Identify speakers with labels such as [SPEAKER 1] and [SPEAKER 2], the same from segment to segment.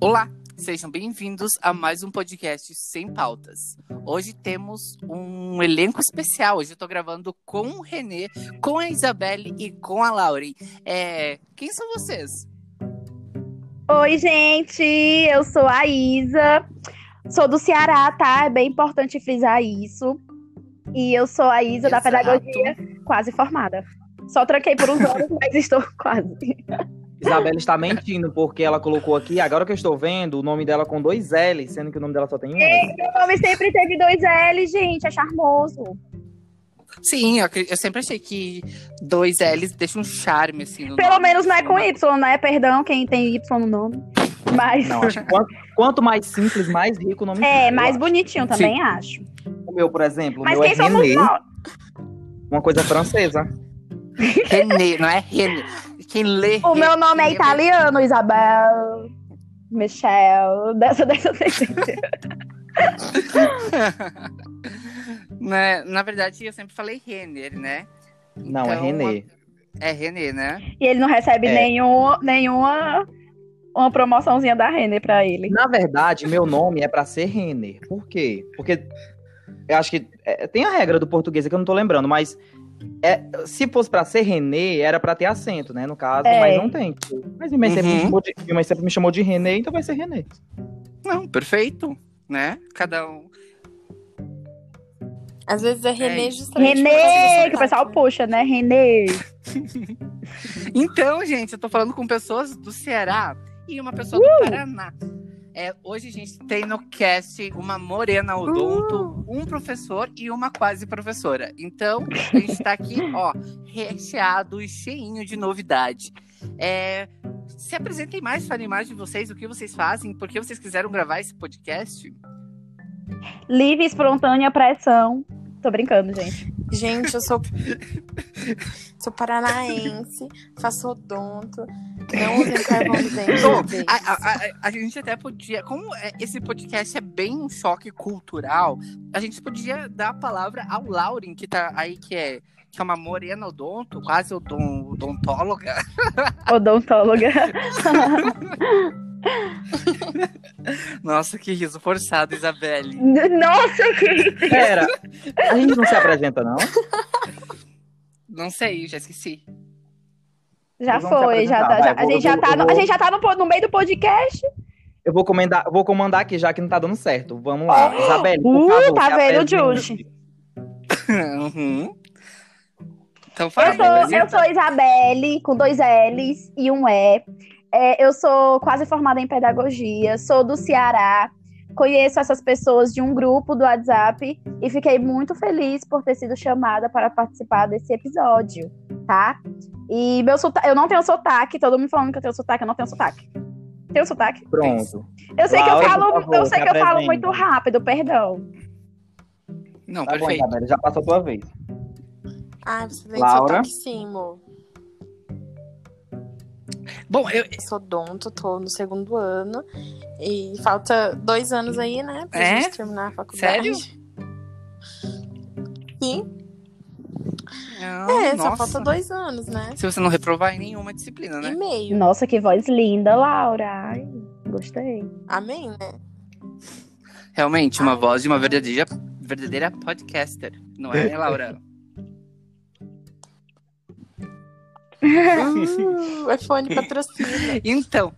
[SPEAKER 1] Olá, sejam bem-vindos a mais um podcast Sem Pautas. Hoje temos um elenco especial. Hoje eu tô gravando com o Renê, com a Isabelle e com a Lauren. É, quem são vocês?
[SPEAKER 2] Oi, gente, eu sou a Isa. Sou do Ceará, tá? É bem importante frisar isso. E eu sou a Isa da
[SPEAKER 1] Exato.
[SPEAKER 2] pedagogia, quase formada. Só troquei por uns anos, mas estou quase.
[SPEAKER 3] Isabela está mentindo, porque ela colocou aqui, agora que eu estou vendo, o nome dela com dois L, sendo que o nome dela só tem um L.
[SPEAKER 2] Meu nome sempre teve dois L, gente, é charmoso.
[SPEAKER 1] Sim, eu, acre- eu sempre achei que dois L's deixa um charme assim no
[SPEAKER 2] Pelo
[SPEAKER 1] nome,
[SPEAKER 2] menos não é
[SPEAKER 1] assim,
[SPEAKER 2] com
[SPEAKER 1] né?
[SPEAKER 2] Y, né? Perdão quem tem Y no nome. Mas
[SPEAKER 3] Não, acho que quanto, quanto mais simples, mais rico o nome
[SPEAKER 2] é,
[SPEAKER 3] fica,
[SPEAKER 2] mais
[SPEAKER 3] eu
[SPEAKER 2] bonitinho também, acho.
[SPEAKER 3] acho. O meu, por exemplo, o
[SPEAKER 2] Mas
[SPEAKER 3] meu é
[SPEAKER 2] quem somos
[SPEAKER 3] René,
[SPEAKER 2] nós?
[SPEAKER 3] uma coisa francesa.
[SPEAKER 1] Renê, não é Renê. Quem lê.
[SPEAKER 2] O meu nome é
[SPEAKER 1] Renê-
[SPEAKER 2] italiano, Isabel, Michel, dessa, dessa, dessa.
[SPEAKER 1] Né, Na verdade, eu sempre falei Renner, né?
[SPEAKER 3] Não, é
[SPEAKER 1] Então,
[SPEAKER 3] René.
[SPEAKER 1] É Renê, né?
[SPEAKER 2] E ele não recebe
[SPEAKER 3] É.
[SPEAKER 2] nenhum, nenhuma uma promoçãozinha da Renner pra ele.
[SPEAKER 3] Na verdade, meu nome é para ser Renner. Por quê? Porque eu acho que é, tem a regra do português que eu não tô lembrando, mas é, se fosse para ser Renê, era para ter acento, né, no caso,
[SPEAKER 2] É.
[SPEAKER 3] mas não tem. Mas minha mãe, sempre me
[SPEAKER 1] Uhum.
[SPEAKER 3] chamou de, minha mãe sempre me chamou de Renê, então vai ser Renê.
[SPEAKER 1] Não, perfeito, né? Cada um.
[SPEAKER 4] Às vezes é René
[SPEAKER 1] É.
[SPEAKER 4] justamente. por causa
[SPEAKER 2] Renê,
[SPEAKER 4] do
[SPEAKER 2] que o pessoal
[SPEAKER 4] sotaque.
[SPEAKER 2] puxa, né? Renê.
[SPEAKER 1] Então, gente, eu tô falando com pessoas do Ceará e uma pessoa do Paraná. É, hoje a gente tem no cast uma morena odonto, um professor e uma quase professora. Então, a gente tá aqui, ó, recheado e cheinho de novidade. É, se apresentem mais, falem mais de vocês, o que vocês fazem, por que vocês quiseram gravar esse podcast.
[SPEAKER 2] Livre, espontânea pressão. Tô brincando, gente.
[SPEAKER 4] Gente, eu sou. sou paranaense, faço odonto, não uso carvão de dente.
[SPEAKER 1] Bom,
[SPEAKER 4] gente.
[SPEAKER 1] a, É. a- a- a gente até podia, como é- esse podcast é bem um choque cultural, a gente podia dar a palavra ao Lauren, que tá aí, que é, que é uma morena odonto, quase odon, odontóloga.
[SPEAKER 2] Odontóloga.
[SPEAKER 1] Nossa, que riso forçado, Isabelle.
[SPEAKER 2] Nossa, que.
[SPEAKER 3] Pera, a gente não se apresenta, não?
[SPEAKER 1] Não sei, já esqueci.
[SPEAKER 2] Já
[SPEAKER 3] Vamos se
[SPEAKER 2] foi, já tá. já-
[SPEAKER 3] apresentar, vai,
[SPEAKER 2] a,
[SPEAKER 3] vou-
[SPEAKER 2] gente já
[SPEAKER 3] eu
[SPEAKER 2] tá no,
[SPEAKER 3] vou-
[SPEAKER 2] a gente já tá no, po- no meio do podcast.
[SPEAKER 3] Eu vou comandar, vou comandar aqui, já que não tá dando certo. Vamos lá. Isabelle, por
[SPEAKER 2] Uh,
[SPEAKER 3] favor.
[SPEAKER 2] tá
[SPEAKER 3] se
[SPEAKER 2] vendo,
[SPEAKER 3] apresente.
[SPEAKER 1] Uhum. Então
[SPEAKER 2] Eu
[SPEAKER 1] fala,
[SPEAKER 2] sou, eu
[SPEAKER 1] Brasil.
[SPEAKER 2] sou Isabelle, com dois L's e um E. É, eu sou quase formada em pedagogia, sou do Ceará, conheço essas pessoas de um grupo do WhatsApp e fiquei muito feliz por ter sido chamada para participar desse episódio, tá? E meu sota- eu não tenho sotaque, todo mundo falando que eu tenho sotaque, eu não tenho sotaque. Tenho sotaque?
[SPEAKER 3] Pronto.
[SPEAKER 2] Eu sei que
[SPEAKER 3] Laura,
[SPEAKER 2] eu
[SPEAKER 3] por
[SPEAKER 2] falo,
[SPEAKER 3] favor,
[SPEAKER 2] eu sei
[SPEAKER 3] se
[SPEAKER 2] que eu falo
[SPEAKER 3] apresenta.
[SPEAKER 2] muito rápido, perdão.
[SPEAKER 1] Não,
[SPEAKER 3] Tá bom,
[SPEAKER 1] perfeito.
[SPEAKER 3] Isabelle, já passou a tua vez.
[SPEAKER 4] Ai, você tem
[SPEAKER 3] Laura?
[SPEAKER 4] sotaque sim, mo.
[SPEAKER 1] Bom, eu,
[SPEAKER 4] Sou odonto, tô no segundo ano. E falta dois anos aí, né? Pra
[SPEAKER 1] É?
[SPEAKER 4] gente terminar a faculdade. Sim,
[SPEAKER 1] não,
[SPEAKER 4] é, só
[SPEAKER 1] nossa.
[SPEAKER 4] falta dois anos, né?
[SPEAKER 1] Se você não reprovar em nenhuma disciplina,
[SPEAKER 4] E
[SPEAKER 1] né?
[SPEAKER 4] meio.
[SPEAKER 2] Nossa, que voz linda, Laura. Ai, gostei.
[SPEAKER 4] Amém, né?
[SPEAKER 1] Realmente, uma
[SPEAKER 4] Ai.
[SPEAKER 1] voz de uma verdadeira, verdadeira podcaster, não é, Laura?
[SPEAKER 2] Ah,
[SPEAKER 3] é
[SPEAKER 4] Uh, iPhone patrocina.
[SPEAKER 1] Então.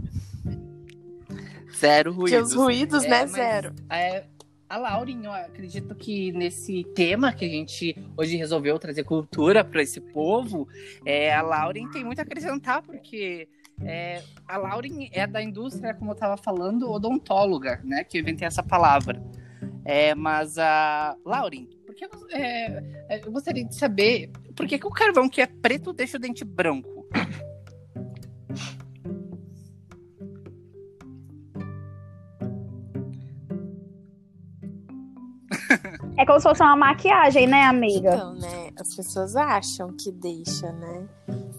[SPEAKER 1] Zero
[SPEAKER 4] Porque os
[SPEAKER 1] ruídos.
[SPEAKER 4] ruídos,
[SPEAKER 1] É,
[SPEAKER 4] né?
[SPEAKER 1] mas-
[SPEAKER 4] Zero.
[SPEAKER 1] É, a Lauren, eu acredito que nesse tema que a gente hoje resolveu trazer cultura para esse povo, é, a Lauren tem muito a acrescentar, porque é, a Lauren é da indústria, como eu estava falando, odontóloga, né? Que eu inventei essa palavra. É, mas a Lauren, por que, você- é, é, eu gostaria de saber por que, que o carvão que é preto deixa o dente branco?
[SPEAKER 2] É como se fosse uma maquiagem, né, amiga?
[SPEAKER 4] Então, né? As pessoas acham que deixa, né?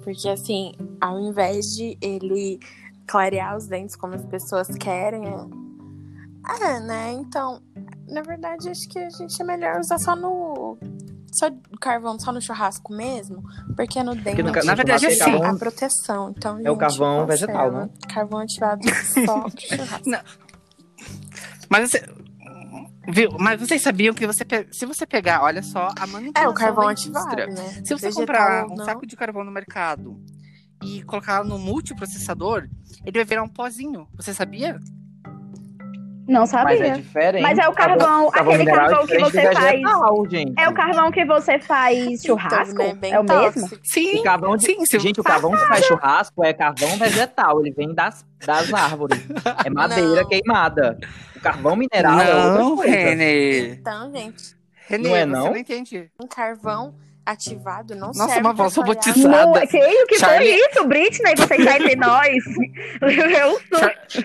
[SPEAKER 4] Porque, assim, ao invés de ele clarear os dentes como as pessoas querem, é. é Ah, né? Então, na verdade, acho que a gente é melhor usar só no só carvão só no churrasco mesmo, porque no dente
[SPEAKER 3] no ca-
[SPEAKER 1] Na
[SPEAKER 3] no
[SPEAKER 1] verdade,
[SPEAKER 3] churrasco é
[SPEAKER 1] assim,
[SPEAKER 4] a
[SPEAKER 3] carvão-
[SPEAKER 4] proteção. Então,
[SPEAKER 3] É o
[SPEAKER 4] gente,
[SPEAKER 3] carvão
[SPEAKER 4] cancela.
[SPEAKER 3] vegetal, né?
[SPEAKER 4] Carvão ativado só pro churrasco.
[SPEAKER 1] Mas você. Viu? Mas vocês sabiam que você pe- se você pegar, olha só, a manipulação
[SPEAKER 4] É, o carvão
[SPEAKER 1] da
[SPEAKER 4] ativado,
[SPEAKER 1] indústria.
[SPEAKER 4] né?
[SPEAKER 1] Se você
[SPEAKER 4] Vegetal
[SPEAKER 1] comprar
[SPEAKER 4] ou
[SPEAKER 1] um
[SPEAKER 4] não.
[SPEAKER 1] saco de carvão no mercado e colocar no multiprocessador, ele vai virar um pozinho. Você sabia?
[SPEAKER 2] Não
[SPEAKER 3] Mas é
[SPEAKER 2] sabia. tá
[SPEAKER 3] diferente.
[SPEAKER 2] Mas é o carvão, aquele
[SPEAKER 3] mineral é
[SPEAKER 2] carvão que
[SPEAKER 3] diferente do
[SPEAKER 2] você faz.
[SPEAKER 3] vegetal, gente.
[SPEAKER 2] É o carvão que você faz churrasco?
[SPEAKER 4] Então, né, bem
[SPEAKER 2] é o mesmo?
[SPEAKER 4] tóxico.
[SPEAKER 1] Sim.
[SPEAKER 3] O carvão Então, de...
[SPEAKER 1] Sim, se-
[SPEAKER 3] Gente, o carvão que faz churrasco é carvão vegetal, ele vem das, das árvores. É madeira
[SPEAKER 4] Não.
[SPEAKER 3] queimada. O carvão mineral é outra
[SPEAKER 1] Não,
[SPEAKER 3] coisa.
[SPEAKER 1] Renê.
[SPEAKER 4] Então, gente,
[SPEAKER 1] Renê,
[SPEAKER 3] Não é,
[SPEAKER 1] você
[SPEAKER 3] não?
[SPEAKER 1] não entende.
[SPEAKER 4] um carvão ativado não
[SPEAKER 1] Nossa,
[SPEAKER 4] serve
[SPEAKER 1] uma
[SPEAKER 4] pra
[SPEAKER 1] voz
[SPEAKER 4] clarear.
[SPEAKER 1] robotizada.
[SPEAKER 2] Não,
[SPEAKER 1] Nada.
[SPEAKER 2] que o que foi
[SPEAKER 1] Charlie-
[SPEAKER 2] isso, Britney? Você está entre nós? Eu sou.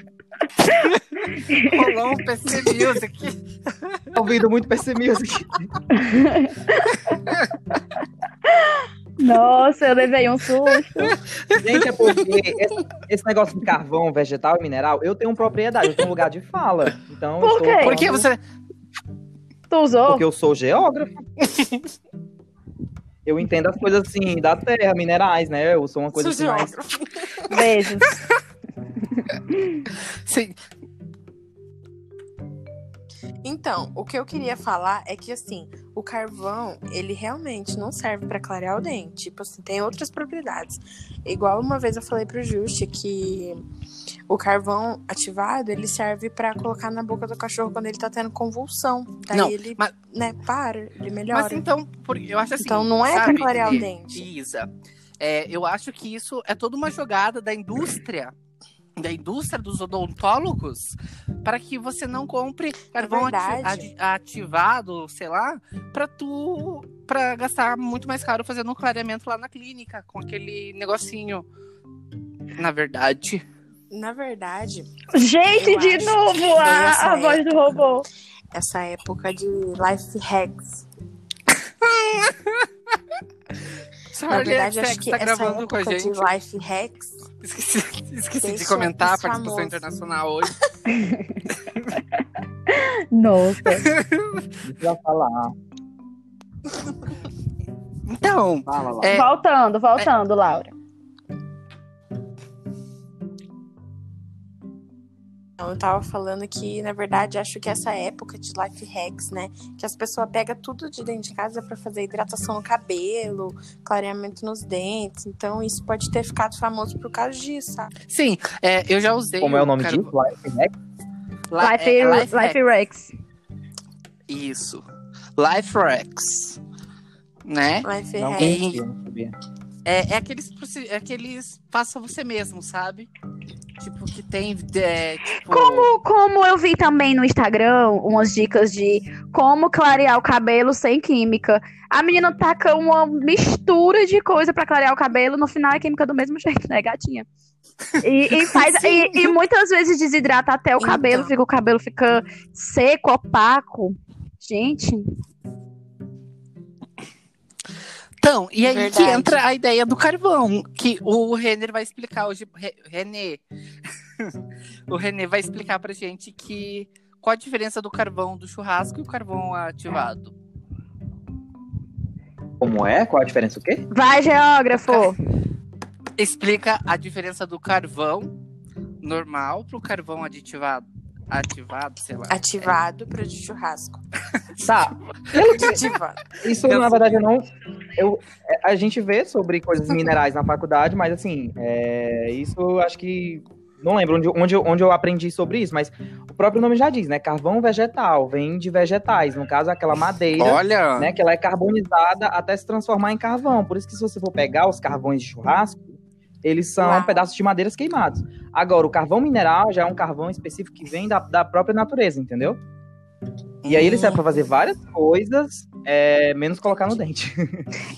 [SPEAKER 1] Rolou um PC News aqui.
[SPEAKER 3] Tô ouvindo muito PC Music.
[SPEAKER 2] Nossa, eu levei um susto.
[SPEAKER 3] Gente, é porque esse, esse negócio de carvão vegetal e mineral, eu tenho propriedade, eu tenho lugar de fala. Então,
[SPEAKER 2] Por
[SPEAKER 3] eu estou
[SPEAKER 4] É.
[SPEAKER 2] quê?
[SPEAKER 1] Por que
[SPEAKER 3] falando-
[SPEAKER 1] você. é
[SPEAKER 2] Tu usou?
[SPEAKER 3] Porque eu sou geógrafo. Eu entendo as coisas assim, da terra, minerais, né? Eu sou uma coisa assim,
[SPEAKER 4] Sujou.
[SPEAKER 3] mais...
[SPEAKER 2] Beijos.
[SPEAKER 1] Sim.
[SPEAKER 4] Então, o que eu queria falar é que assim, o carvão, ele realmente não serve pra clarear o dente. Tipo assim, tem outras propriedades. Igual uma vez eu falei pro Juste que o carvão ativado, ele serve pra colocar na boca do cachorro quando ele tá tendo convulsão. Daí
[SPEAKER 1] Não,
[SPEAKER 4] ele,
[SPEAKER 1] mas-
[SPEAKER 4] né, para, ele melhora.
[SPEAKER 1] Mas então, por- eu acho assim.
[SPEAKER 4] então não é pra
[SPEAKER 1] sabe?
[SPEAKER 4] clarear o dente.
[SPEAKER 1] Isa, é, eu acho que isso é toda uma jogada da indústria, da indústria dos odontólogos, para que você não compre carvão ati-
[SPEAKER 4] É verdade.
[SPEAKER 1] adi- ativado, sei lá, para tu para gastar muito mais caro fazendo um clareamento lá na clínica com aquele negocinho. Na verdade,
[SPEAKER 4] Na verdade,
[SPEAKER 2] Gente,
[SPEAKER 4] Eu
[SPEAKER 2] de
[SPEAKER 4] acho
[SPEAKER 2] novo
[SPEAKER 4] que foi
[SPEAKER 2] a,
[SPEAKER 4] essa
[SPEAKER 2] a voz do robô.
[SPEAKER 4] essa época de life hacks Na verdade, acho que
[SPEAKER 1] tá
[SPEAKER 4] essa
[SPEAKER 1] gravando com a
[SPEAKER 4] época de
[SPEAKER 1] gente.
[SPEAKER 4] life hacks
[SPEAKER 1] Esqueci, esqueci de
[SPEAKER 4] Deixa
[SPEAKER 1] comentar a
[SPEAKER 4] os
[SPEAKER 1] participação
[SPEAKER 4] famosos.
[SPEAKER 1] internacional hoje.
[SPEAKER 2] Nossa.
[SPEAKER 3] Já falar,
[SPEAKER 1] Então,
[SPEAKER 3] fala lá.
[SPEAKER 1] É.
[SPEAKER 2] Voltando, voltando, Laura.
[SPEAKER 4] Então, eu tava falando que, na verdade, acho que essa época de life hacks, né? Que as pessoas pegam tudo de dentro de casa pra fazer hidratação no cabelo, clareamento nos dentes. Então, isso pode ter ficado famoso por causa disso, sabe?
[SPEAKER 1] sim, é, eu já usei.
[SPEAKER 3] Como é o nome
[SPEAKER 1] carvão-
[SPEAKER 3] disso? Life Hack?
[SPEAKER 1] La-
[SPEAKER 2] Life,
[SPEAKER 1] é,
[SPEAKER 2] Life, Rex.
[SPEAKER 1] Isso. Life Rex. Né?
[SPEAKER 4] Life
[SPEAKER 3] Não,
[SPEAKER 4] hack.
[SPEAKER 1] É.
[SPEAKER 3] eu não sabia.
[SPEAKER 1] É, é aqueles, proce- é aqueles faça você mesmo, sabe? Tipo, que tem. é, tipo,
[SPEAKER 2] Como, como eu vi também no Instagram umas dicas de como clarear o cabelo sem química. A menina taca uma mistura de coisa pra clarear o cabelo, no final é química do mesmo jeito, né, gatinha? E, e faz, e, e muitas vezes desidrata até o
[SPEAKER 4] Então.
[SPEAKER 2] cabelo, fica, o cabelo fica seco, opaco. Gente,
[SPEAKER 1] Então, e aí que
[SPEAKER 4] Verdade.
[SPEAKER 1] entra a ideia do carvão, que o Renner vai explicar hoje. Re- Renê. o Renê vai explicar pra gente que. Qual a diferença do carvão do churrasco e o carvão ativado?
[SPEAKER 3] Como é? Qual a diferença? O quê?
[SPEAKER 2] vai, geógrafo!
[SPEAKER 1] Explica a diferença do carvão normal pro carvão aditivado. Ativado, sei lá.
[SPEAKER 4] Ativado pra de churrasco.
[SPEAKER 3] Tá,
[SPEAKER 4] Ativado.
[SPEAKER 3] Isso,
[SPEAKER 1] Eu
[SPEAKER 3] na
[SPEAKER 1] sei.
[SPEAKER 3] verdade, eu não. Eu, é, a gente vê sobre coisas minerais na faculdade, mas assim, é, isso eu acho que. Não lembro onde, onde, eu- onde eu aprendi sobre isso, mas o próprio nome já diz, né? Carvão vegetal, vem de vegetais. No caso, aquela madeira,
[SPEAKER 1] Olha!
[SPEAKER 3] né? Que ela é carbonizada até se transformar em carvão. Por isso que se você for pegar os carvões de churrasco, eles são
[SPEAKER 4] Uau.
[SPEAKER 3] pedaços de madeiras queimados. Agora, o carvão mineral já é um carvão específico que vem da, da própria natureza, entendeu? E aí ele serve pra fazer várias coisas, é, menos colocar no dente.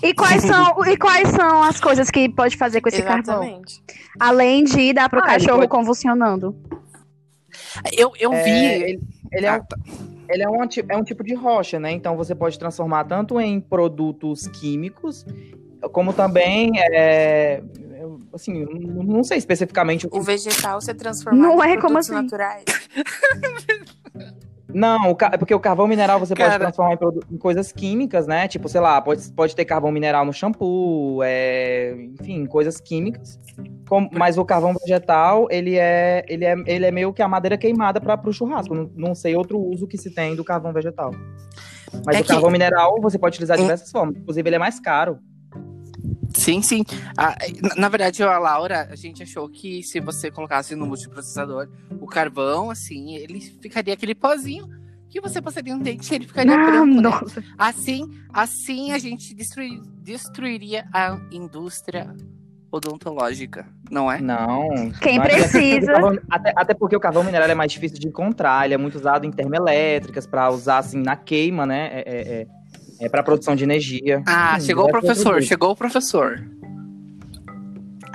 [SPEAKER 2] E quais, são, e quais são as coisas que pode fazer com esse carvão?
[SPEAKER 4] Exatamente.
[SPEAKER 2] Além de dar pro
[SPEAKER 3] Ah, ele
[SPEAKER 2] cachorro
[SPEAKER 3] pode-
[SPEAKER 2] convulsionando.
[SPEAKER 1] Eu, eu
[SPEAKER 3] É,
[SPEAKER 1] vi.
[SPEAKER 3] ele, ele é,
[SPEAKER 1] Ah,
[SPEAKER 3] um, ele é, um, anti- é um tipo de rocha, né? Então você pode transformar tanto em produtos químicos, como também, é, eu- assim, eu não não sei especificamente o que
[SPEAKER 1] é assim.
[SPEAKER 4] O vegetal ser transformado
[SPEAKER 2] Não
[SPEAKER 4] em
[SPEAKER 2] é como
[SPEAKER 4] produtos
[SPEAKER 2] assim.
[SPEAKER 4] naturais.
[SPEAKER 3] Não, o ca- é porque o carvão mineral você pode
[SPEAKER 5] Cara.
[SPEAKER 3] transformar em, produ- em coisas químicas, né? Tipo, sei lá, pode, pode ter carvão mineral no shampoo, é, enfim, coisas químicas. Com- mas o carvão vegetal, ele é, ele é, ele é meio que a madeira queimada para o churrasco. Não, não sei outro uso que se tem do carvão vegetal. Mas
[SPEAKER 1] É
[SPEAKER 3] o
[SPEAKER 1] que-
[SPEAKER 3] carvão mineral você pode utilizar de
[SPEAKER 5] É.
[SPEAKER 3] diversas formas. Inclusive, ele é mais caro.
[SPEAKER 1] Sim, sim. Ah, na- na verdade, eu, a Laura, a gente achou que se você colocasse no multiprocessador o carvão, assim, ele ficaria aquele pozinho que você passaria no dente e ele ficaria
[SPEAKER 2] Ah,
[SPEAKER 1] branco, né?
[SPEAKER 2] nossa.
[SPEAKER 1] Assim, assim a gente destrui- destruiria a indústria odontológica, não é?
[SPEAKER 3] Não.
[SPEAKER 2] Quem
[SPEAKER 3] não adianta.
[SPEAKER 2] precisa.
[SPEAKER 3] O carvão- Até, até porque o carvão mineral é mais difícil de encontrar, ele é muito usado em termoelétricas para usar assim na queima, né? É, é, para produção de energia.
[SPEAKER 1] Ah,
[SPEAKER 3] Hum,
[SPEAKER 1] chegou o
[SPEAKER 3] vai ter outro
[SPEAKER 1] professor,
[SPEAKER 3] jeito.
[SPEAKER 1] chegou o professor.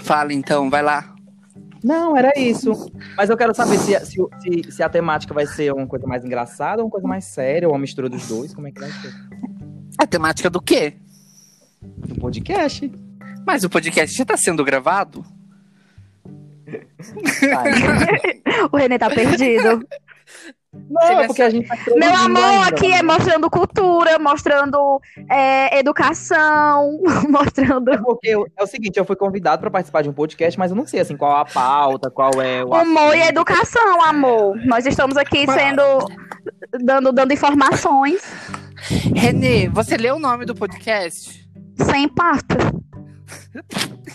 [SPEAKER 1] Fala então, vai lá.
[SPEAKER 3] Não, era isso. Mas eu quero saber se, se, se- se a temática vai ser uma coisa mais engraçada, uma coisa mais séria, ou uma mistura dos dois. Como é que vai ser?
[SPEAKER 1] A temática do quê?
[SPEAKER 3] Do podcast.
[SPEAKER 1] Mas o podcast já tá sendo gravado?
[SPEAKER 3] Vai.
[SPEAKER 2] O Renê tá perdido.
[SPEAKER 3] Não, é porque a gente tá
[SPEAKER 2] Meu
[SPEAKER 3] produzindo
[SPEAKER 2] amor,
[SPEAKER 3] ainda.
[SPEAKER 2] aqui é mostrando cultura, mostrando é, educação, mostrando
[SPEAKER 3] É porque eu- é o seguinte, eu fui convidado para participar de um podcast, mas eu não sei assim qual a pauta, qual é o
[SPEAKER 2] humor e
[SPEAKER 3] assunto.
[SPEAKER 2] educação, amor. Nós estamos aqui sendo. Dando, dando informações
[SPEAKER 1] Renê, você leu o nome do podcast?
[SPEAKER 2] sem parto.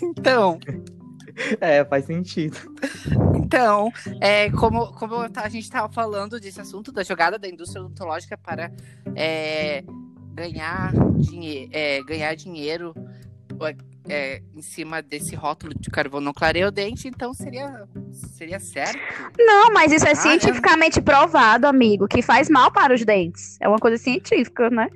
[SPEAKER 1] Então,
[SPEAKER 3] É, faz sentido.
[SPEAKER 1] então, é, como, como eu ta- a gente tava falando desse assunto da jogada da indústria odontológica para é, ganhar, dinhe é, ganhar dinheiro ué, é, em cima desse rótulo de carvão não clareia o dente, então seria, seria certo?
[SPEAKER 2] Não, mas isso é
[SPEAKER 1] Ah,
[SPEAKER 2] cientificamente provado, amigo, que faz mal para os dentes. É uma coisa científica, né?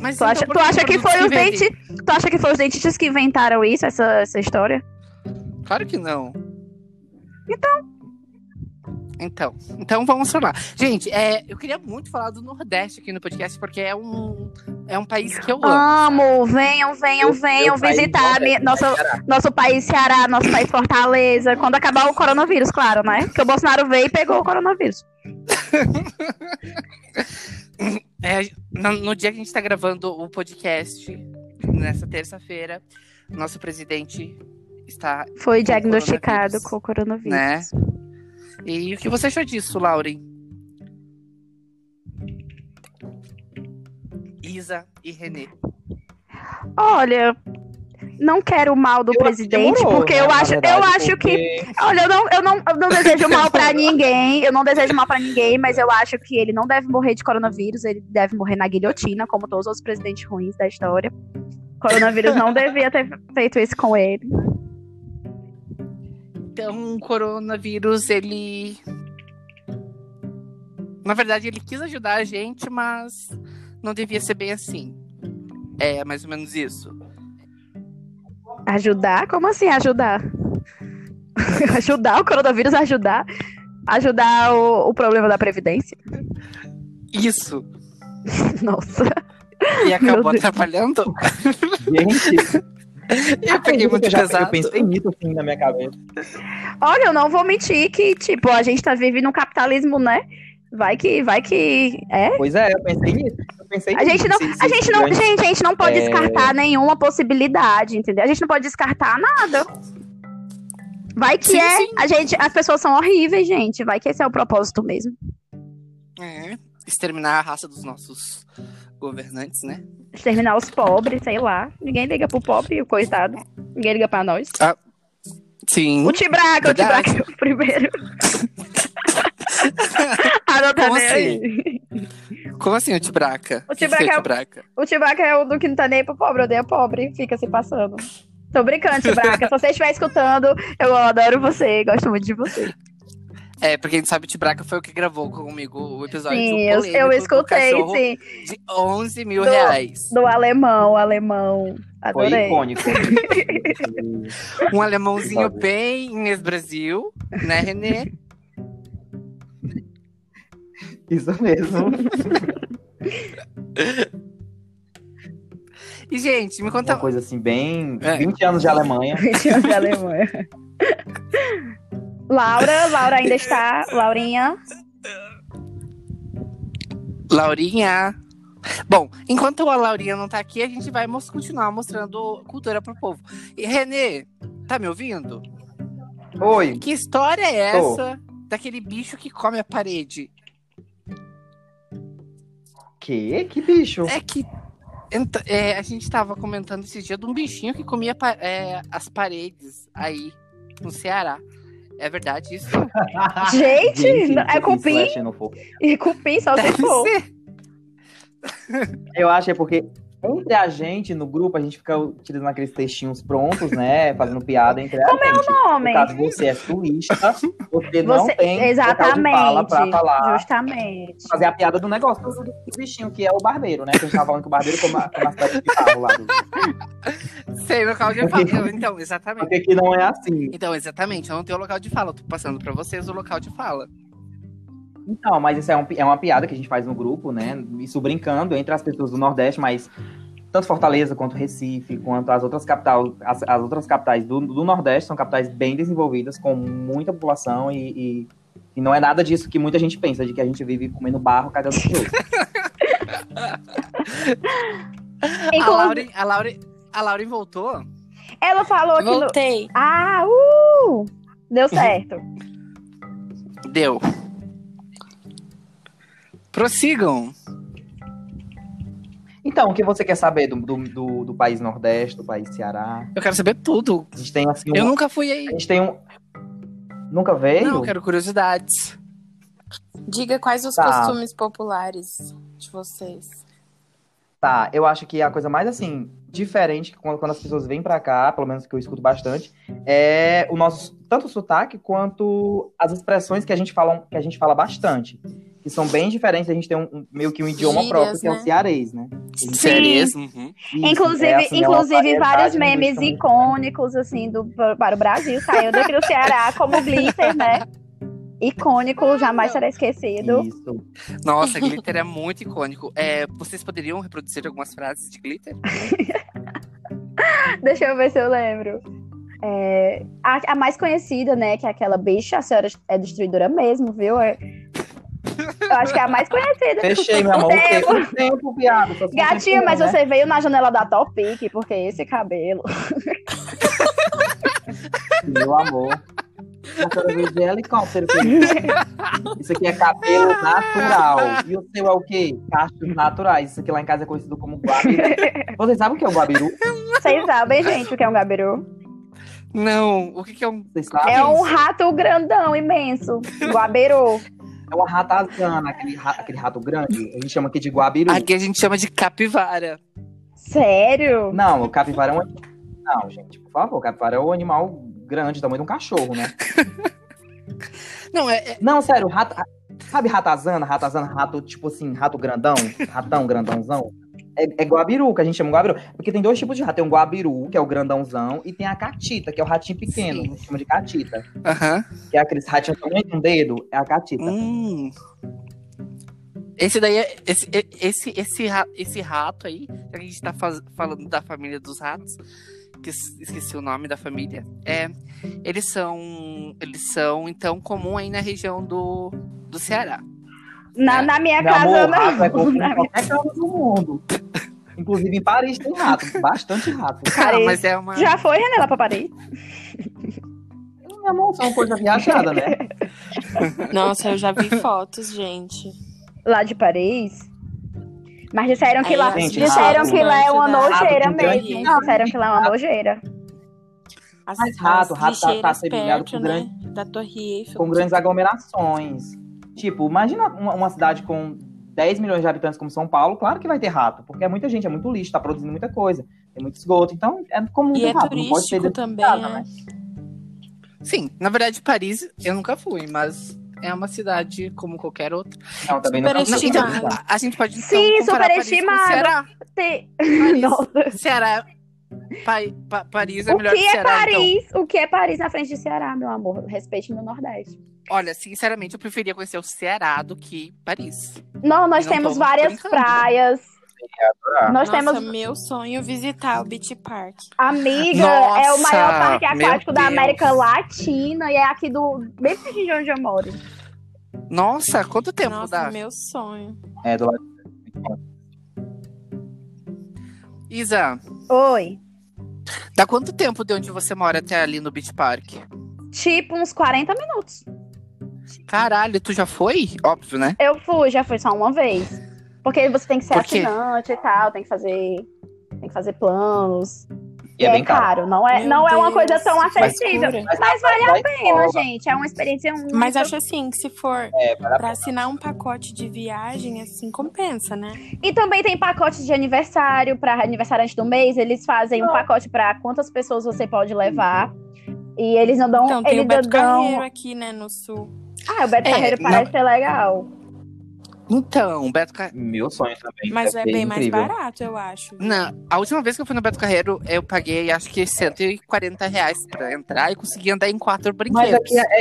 [SPEAKER 1] Mas
[SPEAKER 2] Tu
[SPEAKER 1] então
[SPEAKER 2] acha,
[SPEAKER 1] por
[SPEAKER 2] tu acha que foi os
[SPEAKER 1] produtos
[SPEAKER 2] dentes. Tu acha que foi os dentistas que inventaram isso, essa, essa história?
[SPEAKER 1] vendem? Claro que não. Então, então vamos falar. Gente, é, eu queria muito falar do Nordeste aqui no podcast, porque é um, é um país que eu amo.
[SPEAKER 2] Amo, venham, venham,
[SPEAKER 3] Meu-
[SPEAKER 2] venham
[SPEAKER 3] meu país
[SPEAKER 2] visitar
[SPEAKER 3] Nordeste,
[SPEAKER 2] minha- nosso, nosso país Ceará, nosso país Fortaleza. Quando acabar o coronavírus, claro, né? Porque o Bolsonaro veio e pegou o coronavírus.
[SPEAKER 1] É, na- no, dia que a gente tá gravando o podcast, nessa terça-feira, nosso presidente está,
[SPEAKER 2] Foi
[SPEAKER 1] Com
[SPEAKER 2] diagnosticado
[SPEAKER 1] coronavírus.
[SPEAKER 2] com o coronavírus.
[SPEAKER 1] né? E o que você achou disso, Lauren? Isa e Renê.
[SPEAKER 2] Olha, não quero o mal do
[SPEAKER 3] Eu acho que
[SPEAKER 2] presidente,
[SPEAKER 3] demorou,
[SPEAKER 2] porque
[SPEAKER 3] né,
[SPEAKER 2] eu
[SPEAKER 3] na
[SPEAKER 2] acho, eu
[SPEAKER 3] verdade,
[SPEAKER 2] acho que
[SPEAKER 3] porque-
[SPEAKER 2] Olha, eu não, eu não, eu não desejo mal pra ninguém. Eu não desejo mal pra ninguém, mas eu acho que ele não deve morrer de coronavírus. Ele deve morrer na guilhotina, como todos os presidentes ruins da história. Coronavírus não devia ter feito isso com ele.
[SPEAKER 1] Então, o coronavírus, ele. Na verdade, ele quis ajudar a gente, mas não devia ser bem assim. É mais ou menos isso.
[SPEAKER 2] Ajudar? Como assim ajudar? ajudar o coronavírus a ajudar? Ajudar o, o problema da Previdência?
[SPEAKER 1] Isso!
[SPEAKER 2] Nossa.
[SPEAKER 1] E acabou
[SPEAKER 2] Deus.
[SPEAKER 1] atrapalhando.
[SPEAKER 3] Gente,
[SPEAKER 1] Eu peguei muito
[SPEAKER 3] eu, já,
[SPEAKER 1] pesado.
[SPEAKER 3] eu pensei nisso assim na minha cabeça.
[SPEAKER 2] Olha, eu não vou mentir que, tipo, a gente tá vivendo um capitalismo, né? Vai que, vai que. É,
[SPEAKER 3] Pois é, eu pensei nisso. Eu pensei
[SPEAKER 2] A gente não,
[SPEAKER 3] nisso, assim,
[SPEAKER 2] a
[SPEAKER 3] se- se
[SPEAKER 2] gente não,
[SPEAKER 3] grande-
[SPEAKER 2] gente, a gente não pode
[SPEAKER 3] É.
[SPEAKER 2] descartar nenhuma possibilidade, entendeu? A gente não pode descartar nada. Vai que
[SPEAKER 1] Sim,
[SPEAKER 2] é,
[SPEAKER 1] sim.
[SPEAKER 2] a gente, as pessoas são horríveis, gente. Vai que esse é o propósito mesmo.
[SPEAKER 1] É, exterminar a raça dos nossos governantes, né?
[SPEAKER 2] Exterminar os pobres, sei lá. Ninguém liga pro pobre, o coitado. Ninguém liga pra nós.
[SPEAKER 1] Sim.
[SPEAKER 2] O Tibraca, o
[SPEAKER 1] Hum, Verdade.
[SPEAKER 2] Tibraca é o primeiro. ah, não tá
[SPEAKER 1] Como assim?
[SPEAKER 2] nem aí.
[SPEAKER 1] Como assim o Tibraca?
[SPEAKER 2] O
[SPEAKER 1] Que que é
[SPEAKER 2] Tibraca é o-
[SPEAKER 1] Tibraca?
[SPEAKER 2] O Tibraca é o do que não tá nem pro pobre, odeia pobre, fica se passando. Tô brincando, Tibraca. Se você estiver escutando, eu adoro você, gosto muito de você.
[SPEAKER 1] É, pra quem não sabe, o Tibraca foi o que gravou comigo o episódio
[SPEAKER 2] Sim, eu,
[SPEAKER 1] polêmico
[SPEAKER 2] eu
[SPEAKER 1] do
[SPEAKER 2] escutei,
[SPEAKER 1] cachorro
[SPEAKER 2] sim.
[SPEAKER 1] de 11 mil
[SPEAKER 2] Do-
[SPEAKER 1] reais.
[SPEAKER 2] Do alemão, alemão. Adorei.
[SPEAKER 5] icônico.
[SPEAKER 1] Um alemãozinho
[SPEAKER 5] Sabe.
[SPEAKER 1] bem Inês Brasil, né, Renê?
[SPEAKER 3] Isso mesmo.
[SPEAKER 1] E, gente, me conta...
[SPEAKER 5] Uma coisa assim, bem.
[SPEAKER 1] É.
[SPEAKER 5] 20 anos de Alemanha.
[SPEAKER 2] Gente, da Alemanha. Laura, Laura ainda está. Laurinha.
[SPEAKER 1] Laurinha. Bom, enquanto a Laurinha não tá aqui, a gente vai mos- continuar mostrando cultura pro povo. E Renê, tá me ouvindo?
[SPEAKER 3] Oi.
[SPEAKER 1] Que história é
[SPEAKER 3] Tô.
[SPEAKER 1] essa daquele bicho que come a parede?
[SPEAKER 3] Que? Que bicho?
[SPEAKER 1] É que ent- é, a gente tava comentando esse dia de um bichinho que comia pa- é, as paredes aí no Ceará. É verdade isso?
[SPEAKER 2] Gente, não- é
[SPEAKER 3] que
[SPEAKER 2] cupim?
[SPEAKER 3] slash xenofóbico.
[SPEAKER 2] E cupim só se
[SPEAKER 1] Deve
[SPEAKER 2] for.
[SPEAKER 1] ser.
[SPEAKER 3] Eu acho é porque entre a gente, no grupo, a gente fica utilizando aqueles textinhos prontos, né? Fazendo piada entre a
[SPEAKER 2] é
[SPEAKER 3] gente.
[SPEAKER 2] Homem.
[SPEAKER 3] No caso, você é turista, você, não
[SPEAKER 2] Você-
[SPEAKER 3] tem local de
[SPEAKER 2] Exatamente.
[SPEAKER 3] fala pra falar,
[SPEAKER 2] Justamente.
[SPEAKER 3] fazer a piada do negócio, do do bichinho que é o barbeiro, né? Que a gente tava falando que o barbeiro come a come a cidade de carro lá. do-
[SPEAKER 1] Sei local de fala. Então, exatamente.
[SPEAKER 3] Porque aqui não é assim.
[SPEAKER 1] Então, exatamente. Eu não tenho local de fala. Eu tô passando pra vocês o local de fala.
[SPEAKER 3] Então, mas isso é, um pi- é uma piada que a gente faz no grupo, né? Isso brincando entre as pessoas do Nordeste, mas tanto Fortaleza quanto Recife, quanto as outras capitais, as, as outras capitais do, do Nordeste são capitais bem desenvolvidas, com muita população e, e, e não é nada disso que muita gente pensa, de que a gente vive comendo barro cada um do outro.
[SPEAKER 1] A
[SPEAKER 2] Inclu-
[SPEAKER 1] Lauren, a, Lauren, a Lauren voltou?
[SPEAKER 2] Ela falou que. no-
[SPEAKER 4] Voltei.
[SPEAKER 2] Ah, uh! Deu certo.
[SPEAKER 1] Deu. Prossigam.
[SPEAKER 3] Então, o que você quer saber do, do, do, do país Nordeste, do país Ceará?
[SPEAKER 1] Eu quero saber tudo.
[SPEAKER 3] A gente tem assim um.
[SPEAKER 1] Eu nunca fui aí.
[SPEAKER 3] A gente tem um. Nunca veio?
[SPEAKER 1] Não, eu quero curiosidades.
[SPEAKER 4] Diga quais os
[SPEAKER 3] Tá.
[SPEAKER 4] costumes populares de vocês.
[SPEAKER 3] Tá, eu acho que a coisa mais assim, diferente que quando, quando as pessoas vêm pra cá, pelo menos que eu escuto bastante, é o nosso tanto o sotaque quanto as expressões que a gente fala, que a gente fala bastante, que são bem diferentes, a gente tem um, um- meio que um idioma
[SPEAKER 4] Gírias,
[SPEAKER 3] próprio, que é o
[SPEAKER 4] né?
[SPEAKER 3] cearês, né?
[SPEAKER 2] Sim.
[SPEAKER 1] Sérias? Uhum.
[SPEAKER 3] Isso,
[SPEAKER 2] Inclusive,
[SPEAKER 3] é, assim, é uma
[SPEAKER 2] inclusive vários
[SPEAKER 3] variedade
[SPEAKER 2] memes
[SPEAKER 3] linguística muito
[SPEAKER 2] icônicos, assim, do, para o Brasil, saiu daqui do Ceará, como glitter, né? Icônico, jamais será esquecido.
[SPEAKER 3] grande. Isso.
[SPEAKER 1] Nossa, glitter é muito icônico. É, vocês poderiam reproduzir algumas frases de glitter?
[SPEAKER 2] Deixa eu ver se eu lembro. É, a, a mais conhecida, né, que é aquela bicha, a senhora é destruidora mesmo, viu? É- eu acho que é a mais conhecida.
[SPEAKER 3] Fechei, meu
[SPEAKER 2] O
[SPEAKER 3] amor. O tempo, o tempo piada. só se você
[SPEAKER 2] Gatinha,
[SPEAKER 3] quiser,
[SPEAKER 2] mas
[SPEAKER 3] né?
[SPEAKER 2] você veio na janela da Topic, porque esse cabelo.
[SPEAKER 3] Meu amor. Eu quero ver de helicóptero. querido. Isso aqui é cabelo natural. E o seu é o quê? Cachos naturais. Isso aqui lá em casa é conhecido como guabiru. Vocês sabem o que é o guabiru?
[SPEAKER 2] Vocês sabem, gente, o que é um gabiru?
[SPEAKER 1] Não, o que, que é um.
[SPEAKER 3] Vocês sabem?
[SPEAKER 2] É um rato grandão, imenso. um Guabiru.
[SPEAKER 3] É uma ratazana, aquele, ra- aquele rato grande. A gente chama aqui de guabiru.
[SPEAKER 1] Aqui a gente chama de capivara.
[SPEAKER 2] Sério?
[SPEAKER 3] Não, o capivara é um animal. Não, gente, por favor. Capivara é um animal grande, do tamanho de um cachorro, né?
[SPEAKER 1] Não, é, é-
[SPEAKER 3] Não, sério, rato, sabe ratazana? Ratazana, rato, tipo assim, rato grandão, ratão grandãozão. É, é guabiru, que a gente chama guabiru. Porque tem dois tipos de rato. Tem o guabiru, que é o grandãozão, e tem a catita, que é o ratinho
[SPEAKER 1] Sim.
[SPEAKER 3] pequeno. A gente chama de catita.
[SPEAKER 1] Aham.
[SPEAKER 3] Que é aqueles ratinhos também com um dedo, é a catita.
[SPEAKER 1] Hum. Esse daí é. Esse, e- esse, esse, ra- esse rato aí, já que a gente tá faz- falando da família dos ratos, que es- esqueci o nome da família. É, eles são. Eles são, então, comum aí na região do, do Ceará.
[SPEAKER 2] Na, na minha
[SPEAKER 3] Meu
[SPEAKER 2] casa
[SPEAKER 3] amor,
[SPEAKER 2] não.
[SPEAKER 3] rato é comum
[SPEAKER 2] Na
[SPEAKER 3] em
[SPEAKER 2] minha-
[SPEAKER 3] qualquer casa do mundo. Inclusive em Paris tem rato, bastante rato.
[SPEAKER 1] Cara,
[SPEAKER 2] Parei.
[SPEAKER 1] mas é uma.
[SPEAKER 2] Já foi, René, lá pra Paris?
[SPEAKER 3] Meu amor, são coisa viajada, né?
[SPEAKER 4] Nossa, eu já vi fotos, gente.
[SPEAKER 2] Lá de Paris? Mas disseram que
[SPEAKER 4] Aí,
[SPEAKER 2] lá,
[SPEAKER 3] Gente,
[SPEAKER 2] disseram
[SPEAKER 3] rato,
[SPEAKER 2] que lá é uma
[SPEAKER 4] rato,
[SPEAKER 2] nojeira
[SPEAKER 3] rato,
[SPEAKER 2] mesmo.
[SPEAKER 4] rato.
[SPEAKER 2] disseram que lá é uma nojeira.
[SPEAKER 4] As,
[SPEAKER 3] Mas rato,
[SPEAKER 4] as
[SPEAKER 3] rato tá- tá
[SPEAKER 4] lixeiras
[SPEAKER 3] semelhado
[SPEAKER 4] perto,
[SPEAKER 3] com
[SPEAKER 4] né?
[SPEAKER 3] grande-
[SPEAKER 4] Da Torre Eiffel.
[SPEAKER 3] com grandes aglomerações. Tipo, imagina uma, uma cidade com 10 milhões de habitantes como São Paulo, claro que vai ter rato, porque é muita gente, é muito lixo, tá produzindo muita coisa, tem muito esgoto, então é comum
[SPEAKER 4] E
[SPEAKER 3] ter
[SPEAKER 4] é
[SPEAKER 3] rato, não pode ser
[SPEAKER 4] turístico
[SPEAKER 3] dentro
[SPEAKER 4] também,
[SPEAKER 3] de casa, né?
[SPEAKER 4] né?
[SPEAKER 1] Sim, na verdade, Paris eu nunca fui, mas é uma cidade como qualquer outra.
[SPEAKER 3] Não, também não tá
[SPEAKER 1] Não, então,
[SPEAKER 4] Superestimado.
[SPEAKER 1] a, a gente pode. Então,
[SPEAKER 2] Sim,
[SPEAKER 1] comparar Paris com
[SPEAKER 2] superestimado.
[SPEAKER 1] Ceará.
[SPEAKER 2] Tem-
[SPEAKER 1] Paris.
[SPEAKER 2] Nossa.
[SPEAKER 1] Ceará. Pai- Pa- Paris é
[SPEAKER 2] O
[SPEAKER 1] melhor
[SPEAKER 2] que
[SPEAKER 1] que
[SPEAKER 2] é
[SPEAKER 1] Ceará, então.
[SPEAKER 2] Paris? O que é Paris na frente de Ceará, meu amor? Respeite meu Nordeste.
[SPEAKER 1] Olha, sinceramente, eu preferia conhecer o Ceará do que Paris.
[SPEAKER 2] Não, nós
[SPEAKER 1] E não
[SPEAKER 2] temos
[SPEAKER 1] tô
[SPEAKER 2] várias
[SPEAKER 1] brincando.
[SPEAKER 2] praias.
[SPEAKER 3] adorar.
[SPEAKER 2] Nós
[SPEAKER 4] Nossa,
[SPEAKER 2] temos.
[SPEAKER 4] meu sonho é visitar o Beach Park.
[SPEAKER 2] Amiga,
[SPEAKER 1] Nossa,
[SPEAKER 2] é o maior parque
[SPEAKER 1] meu
[SPEAKER 2] aquático da
[SPEAKER 1] Deus.
[SPEAKER 2] América Latina e é aqui do. bem pertinho de onde eu moro.
[SPEAKER 1] Nossa, quanto tempo
[SPEAKER 4] Nossa,
[SPEAKER 1] dá?
[SPEAKER 4] meu sonho.
[SPEAKER 3] É, do lado.
[SPEAKER 1] Isa,
[SPEAKER 2] Oi.
[SPEAKER 1] dá quanto tempo de onde você mora até ali no Beach Park?
[SPEAKER 2] Tipo, uns 40 minutos.
[SPEAKER 1] Caralho, tu já foi? Óbvio, né?
[SPEAKER 2] Eu fui, já fui só uma vez. Porque você tem que ser
[SPEAKER 1] Por quê?
[SPEAKER 2] assinante e tal, tem que fazer. Tem que fazer planos.
[SPEAKER 3] E é, bem caro.
[SPEAKER 2] Não é,
[SPEAKER 4] Meu
[SPEAKER 2] não é uma
[SPEAKER 4] Deus,
[SPEAKER 2] coisa tão
[SPEAKER 4] que
[SPEAKER 2] acessível.
[SPEAKER 4] loucura.
[SPEAKER 2] Mas, vale a
[SPEAKER 3] vai
[SPEAKER 2] pena,
[SPEAKER 3] fora.
[SPEAKER 2] gente. É uma experiência muito.
[SPEAKER 4] Mas acho assim, que se for
[SPEAKER 3] É, vale a
[SPEAKER 4] pra assinar um pacote de viagem, assim, compensa, né?
[SPEAKER 2] E também tem pacote de aniversário para aniversariante do mês. Eles fazem um pacote para quantas pessoas você pode levar. E eles não dão.
[SPEAKER 4] Então, tem
[SPEAKER 2] eles
[SPEAKER 4] o Beto
[SPEAKER 3] um-
[SPEAKER 2] dão...
[SPEAKER 4] Carreiro aqui, né, no sul.
[SPEAKER 2] Ah, o Beto
[SPEAKER 1] É,
[SPEAKER 2] Carreiro
[SPEAKER 1] não.
[SPEAKER 2] parece ser legal.
[SPEAKER 1] Então, Beto Carreiro.
[SPEAKER 3] Meu sonho também.
[SPEAKER 4] Mas é
[SPEAKER 3] deve ser
[SPEAKER 4] bem mais
[SPEAKER 3] incrível.
[SPEAKER 4] barato, eu acho.
[SPEAKER 1] Não, a última vez que eu fui no Beto Carreiro, eu paguei acho que 140 reais pra entrar e consegui andar em quatro brinquedos.
[SPEAKER 6] Mas aqui é,